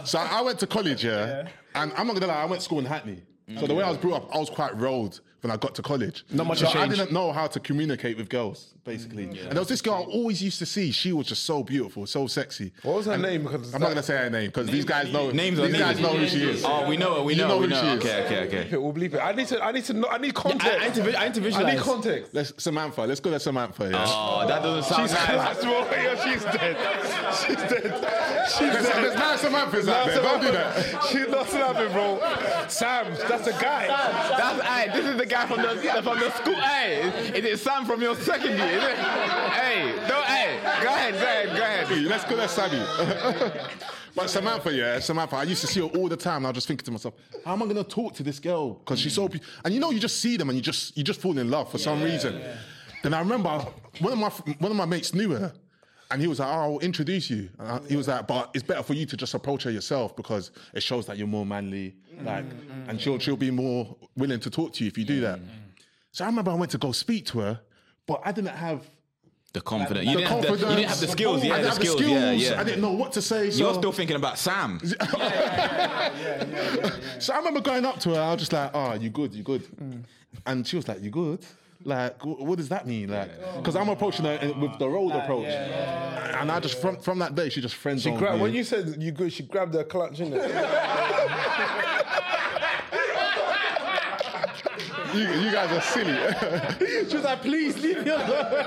Speaker 5: So I went to college, yeah. And I'm not gonna lie, I went to school in Hackney. So the way I was brought up, I was quite rolled when I got to college. Not
Speaker 9: much
Speaker 5: so
Speaker 9: has
Speaker 5: I
Speaker 9: changed.
Speaker 5: didn't know how to communicate with girls, basically. And there was this girl I always used to see. She was just so beautiful, so sexy.
Speaker 4: What was her
Speaker 5: And
Speaker 4: name? Because
Speaker 5: I'm not gonna say her name because these guys know
Speaker 1: Names are
Speaker 5: These
Speaker 1: names.
Speaker 5: guys know who she is.
Speaker 1: Oh, we know her. We
Speaker 5: You
Speaker 1: know,
Speaker 5: know
Speaker 1: her, we
Speaker 5: who
Speaker 1: know.
Speaker 5: she
Speaker 1: her.
Speaker 5: is.
Speaker 1: Okay, okay, okay.
Speaker 4: We'll bleep it. I need to. I need to know. I need context.
Speaker 9: I need to vi- I need to
Speaker 4: I need
Speaker 9: visualize.
Speaker 4: context.
Speaker 5: Let's Samantha. Let's go to Samantha. Yeah.
Speaker 1: Oh, that doesn't sound nice.
Speaker 4: That's what- yeah, she's dead. She's dead. She's
Speaker 5: There's,
Speaker 4: dead.
Speaker 5: there's nine Samanthas out there. Don't do that.
Speaker 4: She's not laughing, bro. Sam, that's a guy.
Speaker 1: That's aye. This is the guy from the from the school. Hey, is it Sam from your second year? Is it? Hey, don't hey. Go ahead, go ahead, go ahead.
Speaker 5: Let's go to Sammy. but Samantha, yeah, Samantha. I used to see her all the time. And I was just thinking to myself, how am I gonna talk to this girl? Because she's
Speaker 1: Mm.
Speaker 5: so. Be- and you know, you just see them and you just you just fall in love for some reason. Then I remember one of my one of my mates knew her. And he was like, oh, I'll introduce you. And I- he was like, but it's better for you to just approach her yourself because it
Speaker 1: Mm, Mm,
Speaker 5: shows that you're more manly. Like, and she'll, she'll be more willing to talk to you if you do that. So I remember I went to go speak to her, but I didn't have
Speaker 1: The confidence. You, didn't have the- you didn't have the skills.
Speaker 5: I
Speaker 1: Yeah,
Speaker 5: didn't
Speaker 1: the
Speaker 5: have
Speaker 1: skills. Yeah,
Speaker 5: skills,
Speaker 1: yeah.
Speaker 5: I didn't know what to say. So,
Speaker 1: You're still thinking about Sam.
Speaker 5: so I remember going up to her. I was just like, "Ah, you good? You good?"
Speaker 4: Mm.
Speaker 5: And she was like, "You good?" Like, wh- what does that mean? Like, because I'm approaching her in- with the road approach, and I just from from that day she just friends.
Speaker 4: She
Speaker 5: zoned
Speaker 4: grabbed,
Speaker 5: me.
Speaker 4: when you said you good, she grabbed her clutch, innit?
Speaker 5: you, you guys are silly.
Speaker 4: she was like, please leave me alone.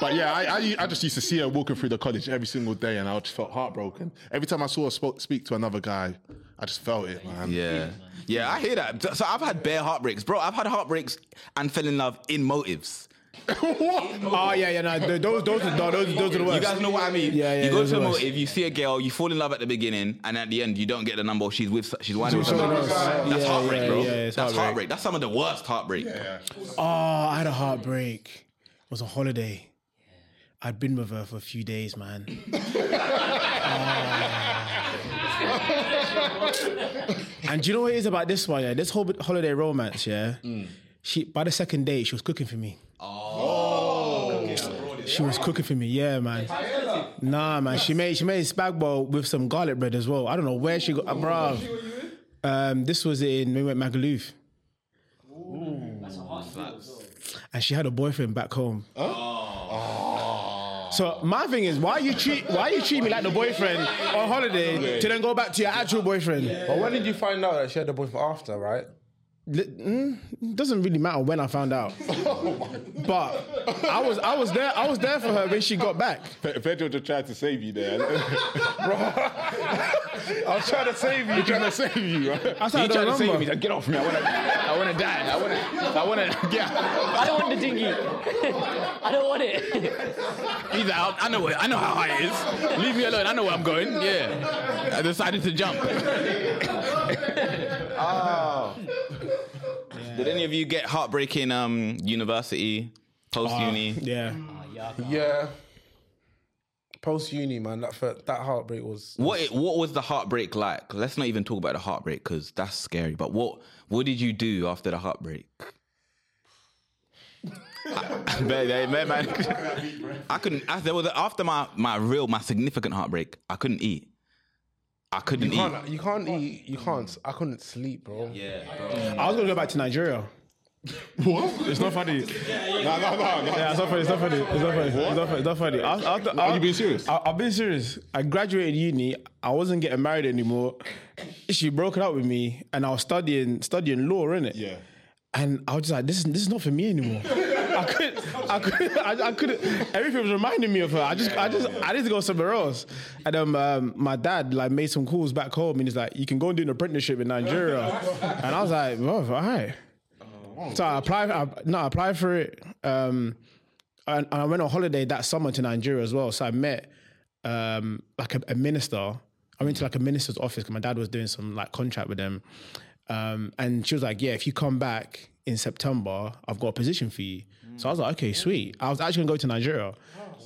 Speaker 5: But yeah, I, I I just used to see her walking through the college every single day, and I just felt heartbroken. Every time I saw her spoke, speak to another guy, I just felt it, man.
Speaker 1: Yeah. Yeah, I hear that. So I've had bare heartbreaks, bro. I've had heartbreaks and fell in love in motives.
Speaker 9: Oh yeah, yeah, no, th- those, those, are, no, those, those are the
Speaker 1: You
Speaker 9: worst.
Speaker 1: guys know what I mean.
Speaker 9: Yeah, yeah,
Speaker 1: you go
Speaker 9: those
Speaker 1: to a
Speaker 9: are worse.
Speaker 1: motive, you see a girl, you fall in love at the beginning, and at the end you don't get the number. She's with, she's whining with someone else. That's
Speaker 9: Yeah,
Speaker 1: heartbreak,
Speaker 9: yeah,
Speaker 1: bro.
Speaker 9: yeah, it's
Speaker 1: That's heartbreak.
Speaker 9: heartbreak.
Speaker 1: That's some of the worst heartbreak.
Speaker 9: Oh, I had a heartbreak. It was a holiday. I'd been with her for a few days, man. Ah. and do you know what it is about this one? Yeah, this whole bit- holiday romance. Yeah, she by the second date she was cooking for me. Oh, she was cooking for me. Yeah, man. Nah, man. She made she made spag bowl with some garlic bread as well. I don't know where she got, uh, bruv. Um, this was in we went Magaluf. and she had a boyfriend back home. So my thing is, why you treat why you treat me like the boyfriend on holiday to then go back to your actual boyfriend?
Speaker 4: but when did you find out that she had a boyfriend after, right?
Speaker 9: Li- mm, doesn't really matter when I found out, but I was I was there I was there for her when she got back.
Speaker 5: Pe- Pedro just tried to save you there.
Speaker 4: I was trying to save you.
Speaker 5: He tried to save you, right?
Speaker 9: I said, I don't remember.
Speaker 5: He's like, get off me. I want to I wanna die. I want to. I want to. Yeah.
Speaker 2: I don't want the dinghy. I don't want it.
Speaker 1: He's out. I know it. I know how high it is. Leave me alone. I know where I'm going. Yeah. I decided to jump. Did any of you get heartbreaking um university, post uni?
Speaker 9: Yeah,
Speaker 4: Yeah. Post uni, man, that felt, that heartbreak was.
Speaker 1: What it, what was the heartbreak like? Let's not even talk about the heartbreak because that's scary. But what what did you do after the heartbreak? I, man, man, man, man. I couldn't. I, there was a- after my my real my significant heartbreak. I couldn't eat. I couldn't
Speaker 4: You
Speaker 1: eat.
Speaker 4: can't, you can't eat. You can't. I couldn't sleep, bro.
Speaker 9: I was gonna go back to Nigeria.
Speaker 7: It's not funny.
Speaker 5: No, no, no. no.
Speaker 7: Yeah, it's not funny. It's not funny. It's not funny. It's not funny. It's not funny. I, I, I,
Speaker 5: you being serious?
Speaker 7: I, I've been serious.
Speaker 9: I graduated uni. I wasn't getting married anymore. She broke it up with me, and I was studying studying law, innit?
Speaker 5: Yeah.
Speaker 9: And I was just like, this is this is not for me anymore. I couldn't, I couldn't, I, I couldn't. Everything was reminding me of her. I just, I just, I need to go somewhere else. And um, um, my dad like made some calls back home, and he's like, you can go and do an apprenticeship in Nigeria. and I was like, well, all right. So I applied, I, no, I applied for it. Um, and, and I went on holiday that summer to Nigeria as well. So I met um, like a, a minister. I went to like a minister's office because my dad was doing some like contract with them. Um, and she was like, Yeah, if you come back in September, I've got a position for you. So I was like, Okay, sweet. I was actually gonna go to Nigeria.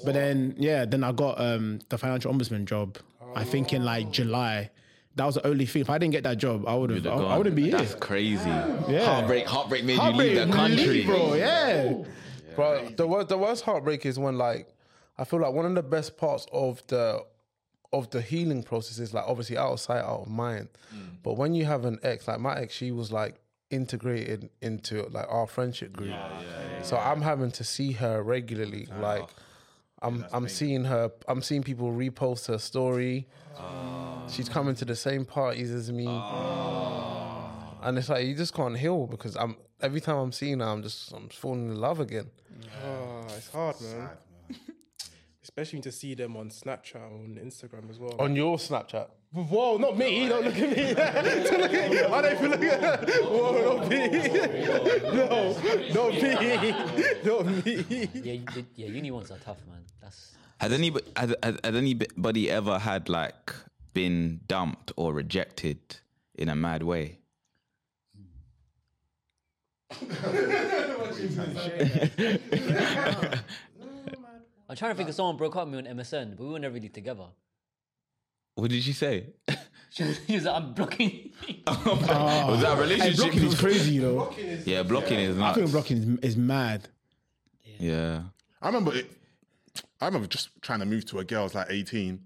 Speaker 9: But then, yeah, then I got um, the financial ombudsman job, I think in like July. That was the only thing. If I didn't get that job, I would have. I,
Speaker 1: God,
Speaker 9: I wouldn't be here.
Speaker 1: That's crazy. Heartbreak. Heartbreak made you leave the
Speaker 9: Heartbreak,
Speaker 1: country,
Speaker 9: leave, bro. Yeah.
Speaker 4: Bro, the worst, the worst heartbreak is when like I feel like one of the best parts of the of the healing process is like obviously out of sight, out of mind. But when you have an ex, like my ex, she was like integrated into like our friendship group. so I'm having to see her regularly. like I'm I'm seeing her I'm seeing people repost her story. She's coming to the same parties as me.
Speaker 8: Ah.
Speaker 4: And it's like you just can't heal because I'm every time I'm seeing her, I'm just I'm just falling in love again.
Speaker 8: Ah, it's hard, man. Especially to see them on Snapchat and on Instagram as well.
Speaker 4: On your Snapchat.
Speaker 8: Whoa, not me. Don't look at me. Don't look at I don't even look at Whoa, not me. no, not me. Not me.
Speaker 2: yeah, you- yeah, uni ones are tough, man. That's
Speaker 1: Has anybody has, has, has anybody ever had like been dumped or rejected in a mad way?
Speaker 2: I'm trying to think if someone broke up with me on MSN, but we weren't really together.
Speaker 1: What did she say?
Speaker 2: She was like, I'm blocking you.
Speaker 1: was that a
Speaker 9: Hey,
Speaker 1: relationship?
Speaker 9: blocking is crazy, you know.
Speaker 1: yeah, blocking is
Speaker 9: I
Speaker 1: nuts.
Speaker 9: think blocking is, is mad.
Speaker 1: Yeah.
Speaker 5: I remember it. I remember just trying to move to a girl. I was like 18.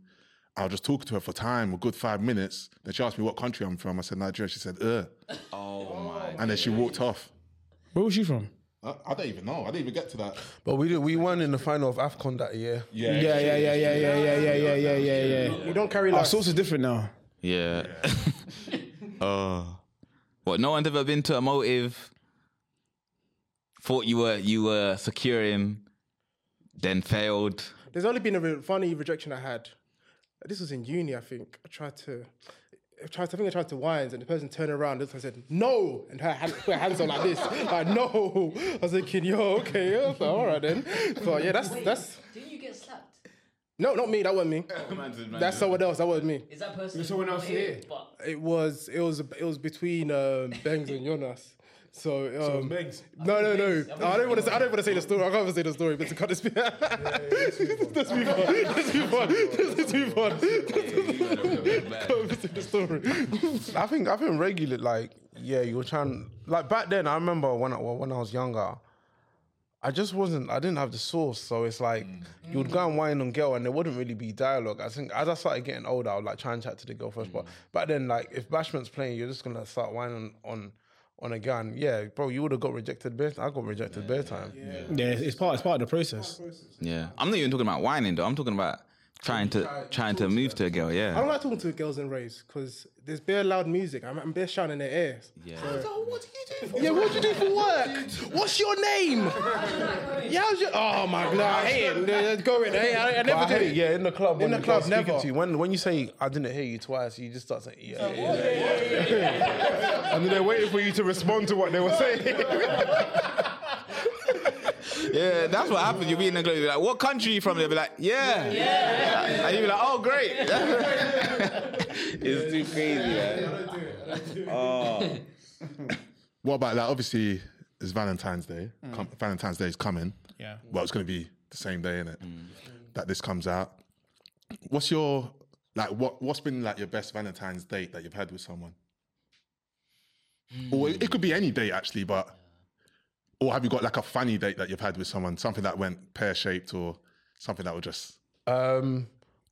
Speaker 5: I was just talking to her for time, a good five minutes. Then she asked me what country I'm from. I said Nigeria. She said, "Ugh." Oh my! And then she walked off.
Speaker 9: Where was she from?
Speaker 5: I, I don't even know. I didn't even get to that.
Speaker 4: But we did, we won in the final of Afcon that year.
Speaker 5: Yeah,
Speaker 9: Yeah, yeah, yeah, yeah, yeah, yeah, yeah, yeah, yeah, yeah,
Speaker 8: We
Speaker 9: yeah.
Speaker 8: don't carry
Speaker 9: Our
Speaker 8: like
Speaker 9: source is different now.
Speaker 1: Yeah. Oh. What, no one's ever been to a motive, thought you were you were securing, then failed.
Speaker 8: There's only been a re- funny rejection I had. This was in uni, I think. I tried to, I tried. I think I tried to whines, and the person turned around and I said no, and her, hand, put her hands on like this, like no. I was thinking, yo, okay, yeah, so, all right then. But yeah, that's that's
Speaker 2: Didn't you get slapped?
Speaker 8: no, not me. That wasn't me. That's someone else. That wasn't me.
Speaker 2: Is that person? someone else here. But
Speaker 8: It was it was it was between um, Bengs and Jonas. So, um,
Speaker 4: Bengs.
Speaker 8: No, no, no. I don't want to. Say, I don't want to say the story. I can't even say the story. But to cut this, let's move on. Let's move on. Let's move on. Let's move on. the story.
Speaker 4: I think I think regular like yeah you were trying like back then I remember when I, when I was younger I just wasn't I didn't have the source so it's like
Speaker 8: Mm.
Speaker 4: you would go and whine on girl and there wouldn't really be dialogue I think as I started getting older I would like try and chat to the girl first
Speaker 8: Mm.
Speaker 4: but back then like if bashment's playing you're just gonna start whining on on a gun yeah bro you would have got rejected bare I got rejected bare time
Speaker 9: Yeah, it's part. It's part of the process.
Speaker 1: Yeah. I'm not even talking about whining though. I'm talking about trying to trying to move to a girl,
Speaker 8: I don't
Speaker 1: yeah.
Speaker 8: like talking to girls in raves because there's bare loud music. I'm, I'm bare shouting in their ears.
Speaker 1: Yeah.
Speaker 8: what do you do? For yeah, what do you do for work? What's your name? yeah, how's your? Oh my god, I hate it. Yeah, Go in. Hey, I, I
Speaker 4: But I
Speaker 8: never did
Speaker 4: hate-
Speaker 8: it.
Speaker 4: yeah in the club when
Speaker 8: the
Speaker 4: the, club
Speaker 8: club, never.
Speaker 4: to you when when you say I didn't hear you twice you just start saying yeah, yeah, yeah.
Speaker 5: And then they're waiting for you to respond to what they were saying.
Speaker 1: Yeah, that's what happens. You'll be in the club, you'll be like, what country you from? They'll be like, yeah. Yeah. And you'll be like, oh great. it's too crazy, man.
Speaker 5: What about that? Obviously, it's Valentine's Day. Com- Valentine's Day is coming.
Speaker 9: Yeah.
Speaker 5: Well, it's going to be the same day, innit? That this comes out. What's your like? What What's been like your best Valentine's date that you've had with someone? Or it, it could be any date actually, but or have you got like a funny date that you've had with someone? Something that went pear shaped, or something that was just
Speaker 4: Um,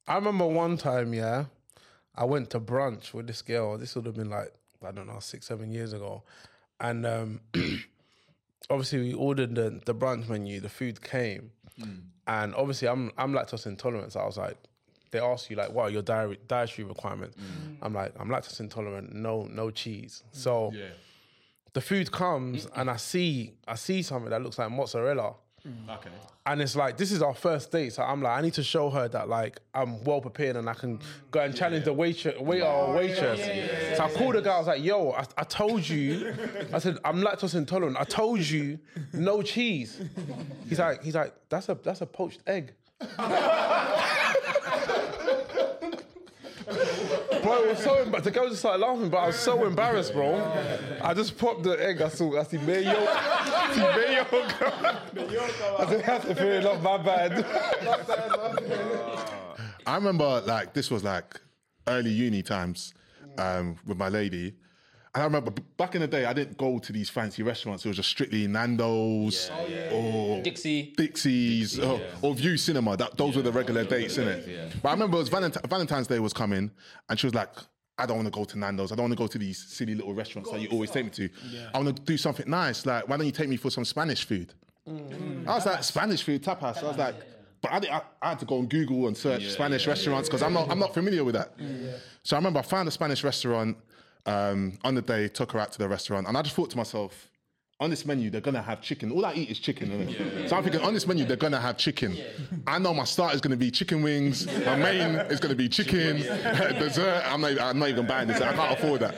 Speaker 4: I remember one time, yeah, I went to brunch with this girl. This would have been like I don't know, six, seven years ago, and um, obviously we ordered the, the brunch menu. The food came, and obviously I'm I'm lactose intolerant. So I was like, they ask you like, what are your diet dietary requirements? I'm like, I'm lactose intolerant. No, no cheese. So the food comes, and I see I see something that looks like mozzarella.
Speaker 5: okay.
Speaker 4: And it's like this is our first date, so I'm like, I need to show her that like I'm well prepared and I can go and challenge the waitress, waiter or waitress. so I called the guy. I was like, Yo, I, I told you. I said I'm lactose intolerant. I told you, no cheese. He's like, he's like, that's a that's a poached egg. Bro, it was so embarrassed. The girl just started laughing, but I was so embarrassed, bro. I just popped the egg. I saw, I see, man, yo, I see, man, yo, girl. I said, that's fair enough, my bad.
Speaker 5: I remember like this was like early uni times um, with my lady. And I remember b- back in the day, I didn't go to these fancy restaurants. It was just strictly Nando's or
Speaker 2: Dixie.
Speaker 5: Dixie's or, oh, or View Cinema. That, those were the regular dates, innit? But I remember it was Valenti- Valentine's Day was coming, and she was like, "I don't want to go to Nando's. I don't want to go to these silly little restaurants that you always take me to. I want to do something nice. Like, why don't you take me for some Spanish food?" I was like, "Spanish food tapas." I was like. But I, did, I, I had to go on Google and search Spanish restaurants because I'm not I'm not familiar with that. So I remember I found a Spanish restaurant um, on the day, took her out to the restaurant, and I just thought to myself, on this menu, they're gonna have chicken. All I eat is chicken. innit? so I'm thinking, on this menu, they're gonna have chicken. I know my start is gonna be chicken wings. My main is gonna be chicken. Dessert. I'm not, I'm not even buying this. I can't afford that.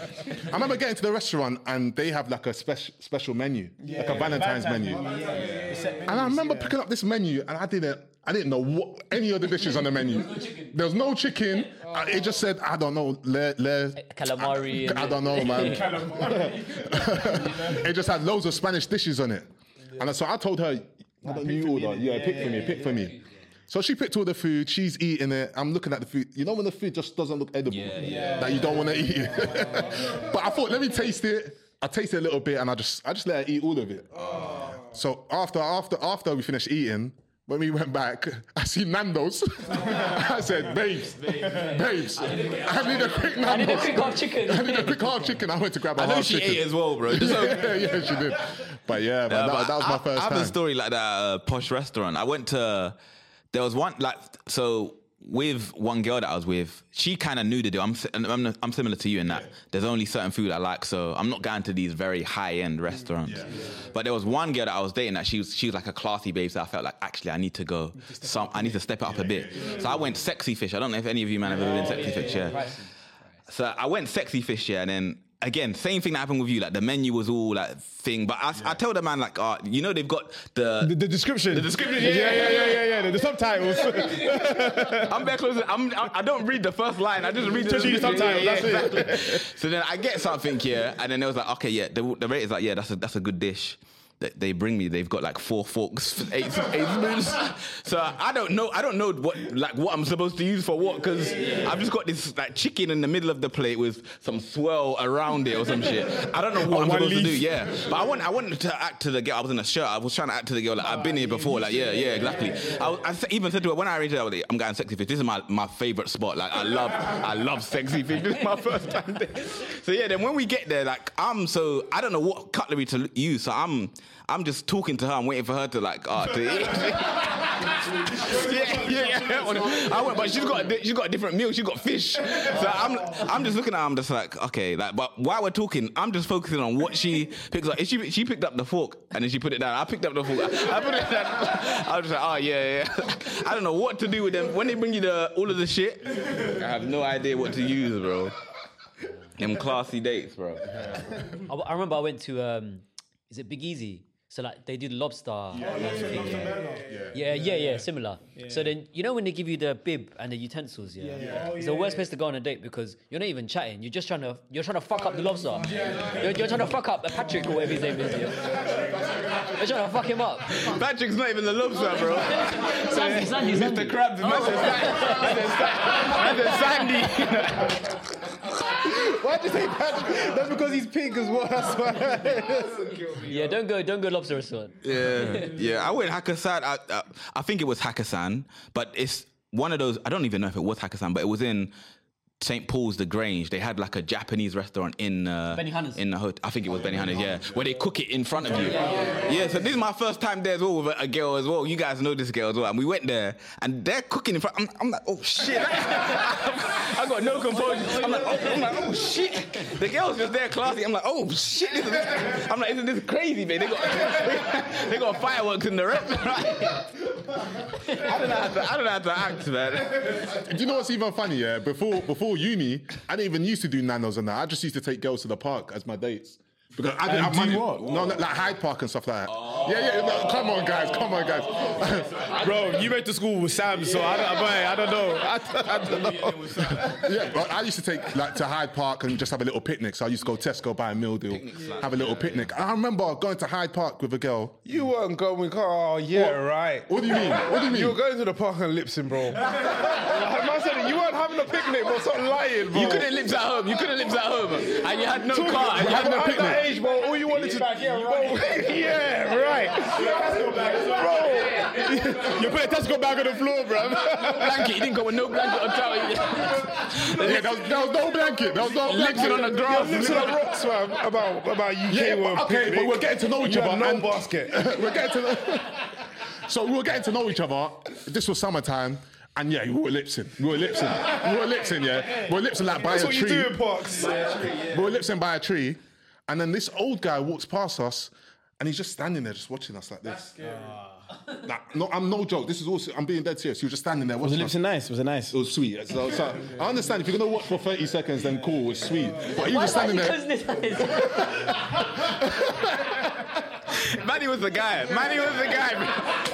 Speaker 5: I remember getting to the restaurant and they have like a spec- special menu, like a Valentine's, menu. And I remember picking up this menu and I didn't. I didn't know what any of the dishes on the menu. There was no chicken. Uh, It just said, I don't know, le, le,
Speaker 2: Calamari.
Speaker 5: I
Speaker 2: and-
Speaker 5: don't know, man. it just had loads of Spanish dishes on it. And so I told her, "You order. Yeah, pick for me, pick for me. So she picked all the food. She's eating it. I'm looking at the food. You know when the food just doesn't look edible,
Speaker 1: Yeah, yeah.
Speaker 5: that you don't want to eat. it. but I thought, let me taste it. I tasted a little bit, and I just I just let her eat all of it. Oh. So after after after we finished eating. When we went back, I see Nando's. I said, babes, babes, I need a quick
Speaker 2: I
Speaker 5: Nando's.
Speaker 2: need a quick half chicken.
Speaker 5: I need a quick half chicken. I went to grab a
Speaker 1: I know
Speaker 5: half
Speaker 1: she
Speaker 5: chicken.
Speaker 1: ate as well, bro. Just so-
Speaker 5: yeah, yeah, she did. But yeah, man,
Speaker 1: Yeah,
Speaker 5: that,
Speaker 1: but
Speaker 5: that was
Speaker 1: I,
Speaker 5: my first
Speaker 1: I have
Speaker 5: time.
Speaker 1: a story like that uh, posh restaurant. I went to there was one like so with one girl that I was with. She kind of knew the deal. I'm si- and I'm I'm similar to you in that. There's only certain food I like, so I'm not going to these very high end restaurants. But there was one girl that I was dating that she was she was like a classy babe, so I felt like actually I need to go. Some I need to step it up a bit. So I went sexy fish. I don't know if any of you man have ever been sexy fish. Yeah. So I went sexy fish, yeah, and then again, same thing that happened with you. Like the menu was all like thing, but I, I tell the man like, oh, you know, they've got the.
Speaker 7: The, the description. The
Speaker 1: description,
Speaker 7: Yeah, yeah, yeah, yeah, yeah. The, the subtitles.
Speaker 1: I'm back closer. I'm, I'm, I don't read the first line. I just read the
Speaker 7: Just read the subtitles, that's it.
Speaker 1: exactly. So then I get something here, and then it was like, okay, yeah, the, the rate is like, yeah, that's a that's a good dish. That they bring me, they've got like four forks, eight, eight spoons. So I don't know, I don't know what like what I'm supposed to use for what because I've just got this like chicken in the middle of the plate with some swirl around it or some shit. I don't know what I'm
Speaker 7: one
Speaker 1: supposed to do.
Speaker 7: leaf.
Speaker 1: Yeah, but I wanted I wanted to act to the girl. I was in a shirt. I was trying to act to the girl like I've been here before. Like yeah, yeah, exactly. I, was, I sa- even said to her when I arranged it, I was like, I'm going sexy fish. This is my, my favorite spot. Like I love I love sexy fish. This is my first time there. So yeah, then when we get there, like I'm so I don't know what cutlery to l- use. So I'm I'm just talking to her. I'm waiting for her to like oh to yeah, yeah, yeah. I went, but she's got a, di- she's got a different meal. She got fish. So I'm I'm just looking at. her, I'm just like, okay, like. But while we're talking, I'm just focusing on what she picks up. If she she picked up the fork and then she put it down, I picked up the fork. I put it down. I was just like, oh yeah, yeah. I don't know what to do with them when they bring you the all of the shit. I have no idea what to use, bro. Them classy dates, bro.
Speaker 2: I, I remember I went to um, is it Big Easy? So like they do the lobster. Yeah, yeah, yeah, yeah, similar. So then you know when they give you the bib and the utensils, yeah, it's the worst place to go on a date because you're not even chatting. You're just trying to you're trying to fuck up the lobster. You're, you're trying to fuck up Patrick or whatever his name is. Yeah. You're trying to fuck him up.
Speaker 1: Patrick's not even the lobster, bro.
Speaker 2: Sandy, Sandy, Sandy.
Speaker 1: Mr. Krabs, Mr. Sandy, Mr. Sandy.
Speaker 8: Why'd you say Patrick? That's because he's pink as well. That's why.
Speaker 2: Yeah, don't go, don't go lobster restaurant.
Speaker 1: Yeah, yeah. I went Hakkasan. I, I, I think it was Hakkasan, but it's one of those. I don't even know if it was Hakkasan, but it was in St Paul's the Grange. They had like a Japanese restaurant in uh,
Speaker 2: Benihana's.
Speaker 1: in the hood. I think it was Benihana's. Yeah, where they cook it in front of you. Yeah. So this is my first time there as well with a, a girl as well. You guys know this girl as well, and we went there, and they're cooking in front. I'm, I'm like, oh shit. I got no composure. I'm like, oh, I'm like, oh shit. The girl's just there classy. I'm like, oh shit. This is, I'm like, isn't this crazy, man? They got they got fireworks in the restaurant. I don't know how to, I don't know how to act, man.
Speaker 5: Do you know what's even funny? Yeah, before before uni, I didn't even used to do nanos and that. I just used to take girls to the park as my dates. Because I didn't
Speaker 7: And
Speaker 5: have
Speaker 7: do
Speaker 5: money.
Speaker 7: what?
Speaker 5: No, no, like Hyde Park and stuff like that. Yeah, yeah. no, come on, guys. Come on, guys.
Speaker 7: Bro, you went to school with Sam, so I don't, boy, I don't know. I, I don't know.
Speaker 5: yeah, but I used to take like to Hyde Park and just have a little picnic. So I used to go Tesco, buy a meal deal, have a little picnic. I remember going to Hyde Park with a girl.
Speaker 4: You weren't going. Oh yeah, right.
Speaker 5: What do you mean? What do you mean?
Speaker 4: You were going to the park and lipsing, bro. Man said you weren't having a picnic, bro. Stop lying, bro.
Speaker 1: You couldn't live at home. You couldn't live at home, and you had no
Speaker 4: Talking-
Speaker 1: car. And you had
Speaker 4: Bro,
Speaker 1: no
Speaker 4: at
Speaker 1: picnic.
Speaker 4: that age, bro, all you wanted to yeah, right. yeah, right. bro.
Speaker 7: You put a Tesco bag on the floor, bro.
Speaker 1: Blanket. You didn't go with no blanket or towel.
Speaker 5: Yeah, there was, there was no blanket. There was no blanket.
Speaker 1: Lips it on the grass.
Speaker 4: You're lipsing on rocks, man. About about UK
Speaker 5: Yeah,
Speaker 4: World
Speaker 5: but- okay,
Speaker 4: picnic.
Speaker 5: but we're getting to know each
Speaker 4: You had
Speaker 5: other.
Speaker 4: No
Speaker 5: and-
Speaker 4: basket.
Speaker 5: we're getting to know. so we were getting to know each other. This was summertime. And yeah, we were lipsing. We were lipsing. We were lipsing, yeah. We were lipsing like by
Speaker 4: That's
Speaker 5: a
Speaker 4: what you
Speaker 5: tree.
Speaker 4: do in parks.
Speaker 5: We were lipsing by a tree. And then this old guy walks past us and he's just standing there, just watching us like this. Like, no, I'm no joke. This is also, I'm being dead serious. He was just standing there
Speaker 9: Was the
Speaker 5: watching
Speaker 9: lips
Speaker 5: us.
Speaker 9: nice? Was it nice?
Speaker 5: It was Oh, sweet. So, so I understand if you're gonna watch for 30 seconds, then cool, it's sweet. But he was just standing there.
Speaker 1: Manny was the guy. Manny was the guy. Bro.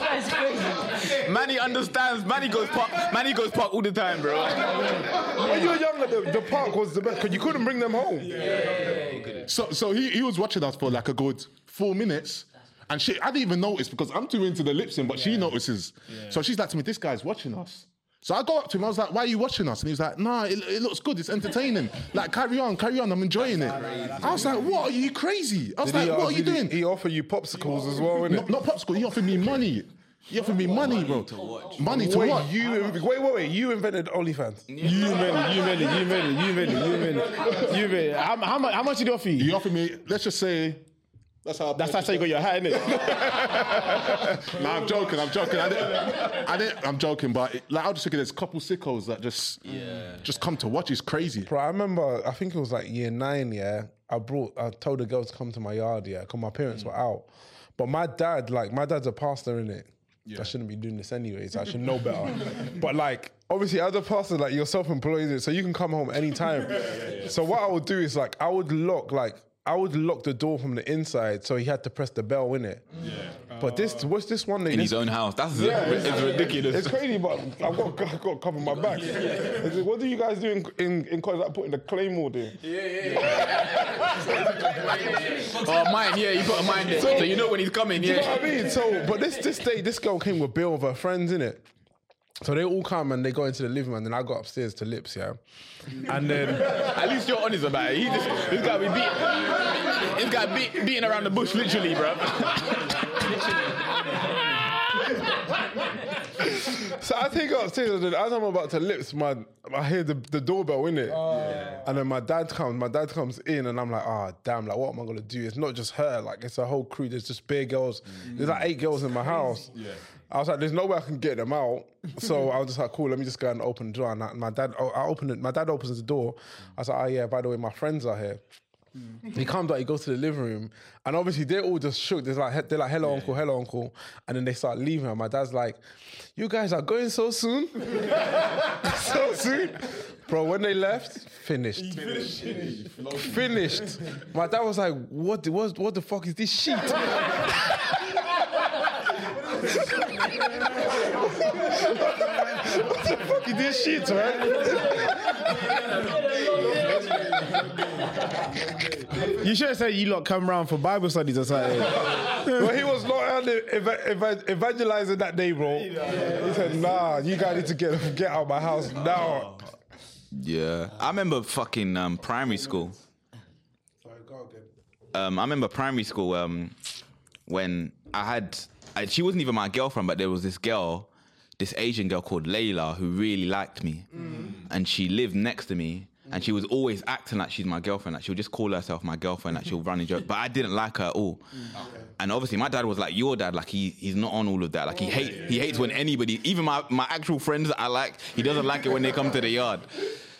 Speaker 2: That's crazy.
Speaker 1: Manny understands. Manny goes park. Manny goes park all the time, bro.
Speaker 4: When you were younger, the, the park was the best because you couldn't bring them home.
Speaker 5: So, so he, he was watching us for like a good four minutes. And she, I didn't even notice because I'm too into the lip sync, but she notices. So she's like to me, this guy's watching us. So I go up to him, I was like, why are you watching us? And he was like, nah, it, it looks good, it's entertaining. like, carry on, carry on, I'm enjoying it. I was like, what, are you crazy? I was
Speaker 4: Did he
Speaker 5: like, what are
Speaker 4: ask-
Speaker 5: you
Speaker 4: did he-
Speaker 5: doing?
Speaker 4: He offered you popsicles as well, innit?
Speaker 5: Not, not popsicle, he offered me money. He offered me money, bro. Money to
Speaker 4: wait,
Speaker 5: what?
Speaker 4: You, wait, wait, wait. You invented OnlyFans.
Speaker 7: You made it, you made it, you made it, you made it, you made it. You made it. How, how, much, how much did you offer
Speaker 5: He
Speaker 7: you?
Speaker 5: offered me, let's just say, that's how. I
Speaker 7: That's, that's how you got your hat, innit?
Speaker 5: Nah, I'm joking. I'm joking. I didn't. I didn't I'm joking, but it, like, I just think there's a couple sickos that just, just come to watch. It's crazy.
Speaker 4: Bro, I remember, I think it was like year nine, yeah. I brought, I told the girls to come to my yard, yeah, because my parents were out. But my dad, like, my dad's a pastor, innit? I shouldn't be doing this anyways. I should know better. but like, obviously, as a pastor, like, you're self-employed, innit? so you can come home anytime. So what I would do is like, I would lock, like, I would lock the door from the inside, so he had to press the bell, innit? Yeah. But this, what's this one?
Speaker 1: in his own house. That's it's ridiculous.
Speaker 4: It's crazy, but I've got, I've got to cover my back. It's like, what do you guys do in, in, in college? Like putting the claymore there.
Speaker 1: oh, mine, yeah, you put a mine there. So, you know when he's coming,
Speaker 4: You know
Speaker 1: yeah.
Speaker 4: what I mean? So, but this this day, this girl came with Bill of her friends in it. So they all come and they go into the living room, and then I got upstairs to lips, yeah. And then
Speaker 1: At least you're honest about it. He just, this guy be beat, this guy beat, beating around the bush, literally, bro.
Speaker 4: so I take her upstairs, and then as I'm about to lips, my I hear the, the doorbell in it, and then my dad comes. My dad comes in, and I'm like, ah, damn, like what am I gonna do? It's not just her, like it's a whole crew. There's just bare girls. There's like eight girls in my house. Yeah. I was like, there's no way I can get them out. So I was just like, cool, let me just go and open the door. And I, my dad, oh, I opened it. My dad opens the door. I was like, oh yeah, by the way, my friends are here. He comes out, he goes to the living room, and obviously they're all just shook. They're like, he- they're like, "Hello, uncle, hello, uncle," and then they start leaving. And my dad's like, "You guys are going so soon, so soon, bro." When they left, finished, finished, finished. My dad was like, "What? The, what, what the fuck is this shit?" what the fuck is this shit, man?
Speaker 9: You should have said you lot come round for Bible studies or something.
Speaker 4: Well, he was not out there eva- eva- evangelizing that day, bro. He said, "Nah, you guys need to get get out of my house now."
Speaker 1: Yeah. I remember fucking um, primary school. Um, I remember primary school um, when I had, I, she wasn't even my girlfriend, but there was this girl, this Asian girl called Layla, who really liked me. And she lived next to me. And she was always acting like she's my girlfriend. Like she'll just call herself my girlfriend. Like she'll run and joke. But I didn't like her at all. And obviously, my dad was like your dad. Like he, he's not on all of that. Like he hate he hates when anybody, even my my actual friends that I like, he doesn't like it when they come to the yard.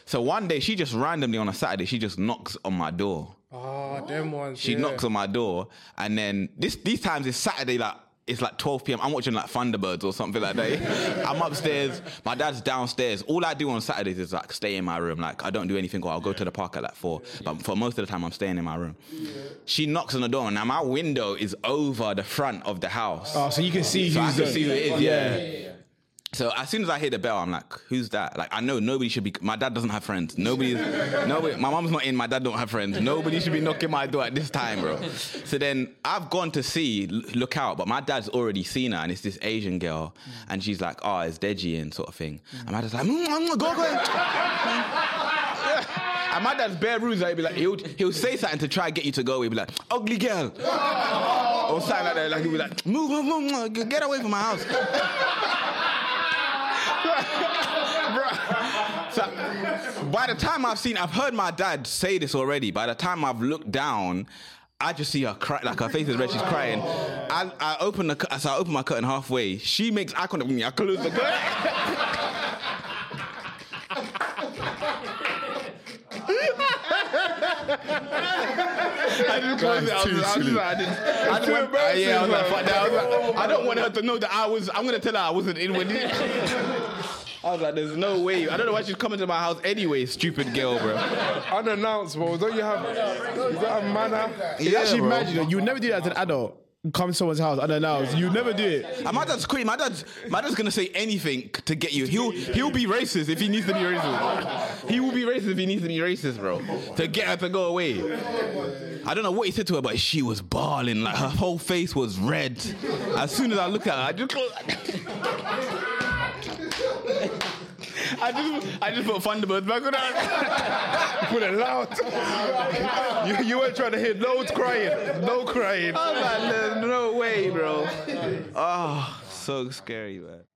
Speaker 1: So one day, she just randomly on a Saturday, she just knocks on my door.
Speaker 8: Ah, them ones.
Speaker 1: She
Speaker 8: yeah.
Speaker 1: knocks on my door, and then this these times it's Saturday, like it's like 12 p.m. I'm watching like Thunderbirds or something like that. I'm upstairs, my dad's downstairs. All I do on Saturdays is like stay in my room. Like I don't do anything, or I'll go to the park at like four. But for most of the time, I'm staying in my room. She knocks on the door, and now my window is over the front of the house.
Speaker 9: Oh, so you can see
Speaker 1: So I
Speaker 9: who's
Speaker 1: can
Speaker 9: there.
Speaker 1: see who it is. Yeah. So as soon as I hear the bell, I'm like, "Who's that?" Like I know nobody should be. My dad doesn't have friends. Nobody's. nobody. My mom's not in. My dad don't have friends. Nobody should be knocking my door at this time, bro. So then I've gone to see, l- look out, but my dad's already seen her, and it's this Asian girl, and she's like, "Oh, it's Deji and sort of thing." And my dad's like, mm, mm, "Go go." And my dad's bare rules. Like, he'd be like, he'll, he'll say something to try and get you to go. He'll be like, "Ugly girl." or something like that. Like he'd be like, move, move, move, move, get- get away from my house. Bruh. so by the time I've seen, I've heard my dad say this already. By the time I've looked down, I just see her cry, like her face is red. She's crying. I, I open the, cu- so I open my curtain halfway. She makes eye contact with me. I close the curtain. I didn't close it. I was, I was, I didn't. I didn't went, uh, yeah, I was like, fuck that. I, was like, I don't want her to know that I was. I'm gonna tell her I wasn't in with it. I was like, there's no way. I don't know why she's coming to my house anyway, stupid girl, bro.
Speaker 4: Unannounced, bro. Don't you have? You don't have manner.
Speaker 9: It's actually
Speaker 1: bro.
Speaker 9: magic. though. You would never do that as an adult. Come to someone's house unannounced. You would never do it.
Speaker 1: And my dad's crazy. My dad's my dad's gonna say anything to get you. He'll he'll be racist if he needs to be racist. He will be racist if he needs to be racist, bro. To get her to go away. I don't know what he said to her, but she was bawling. Like her whole face was red. As soon as I look at her, I just. I just, I just put Thunderbirds back on.
Speaker 4: Put it loud. you, you weren't trying to hear no crying. No crying. Ah,
Speaker 1: I'm like, "There's no way, bro. Oh, so scary, man.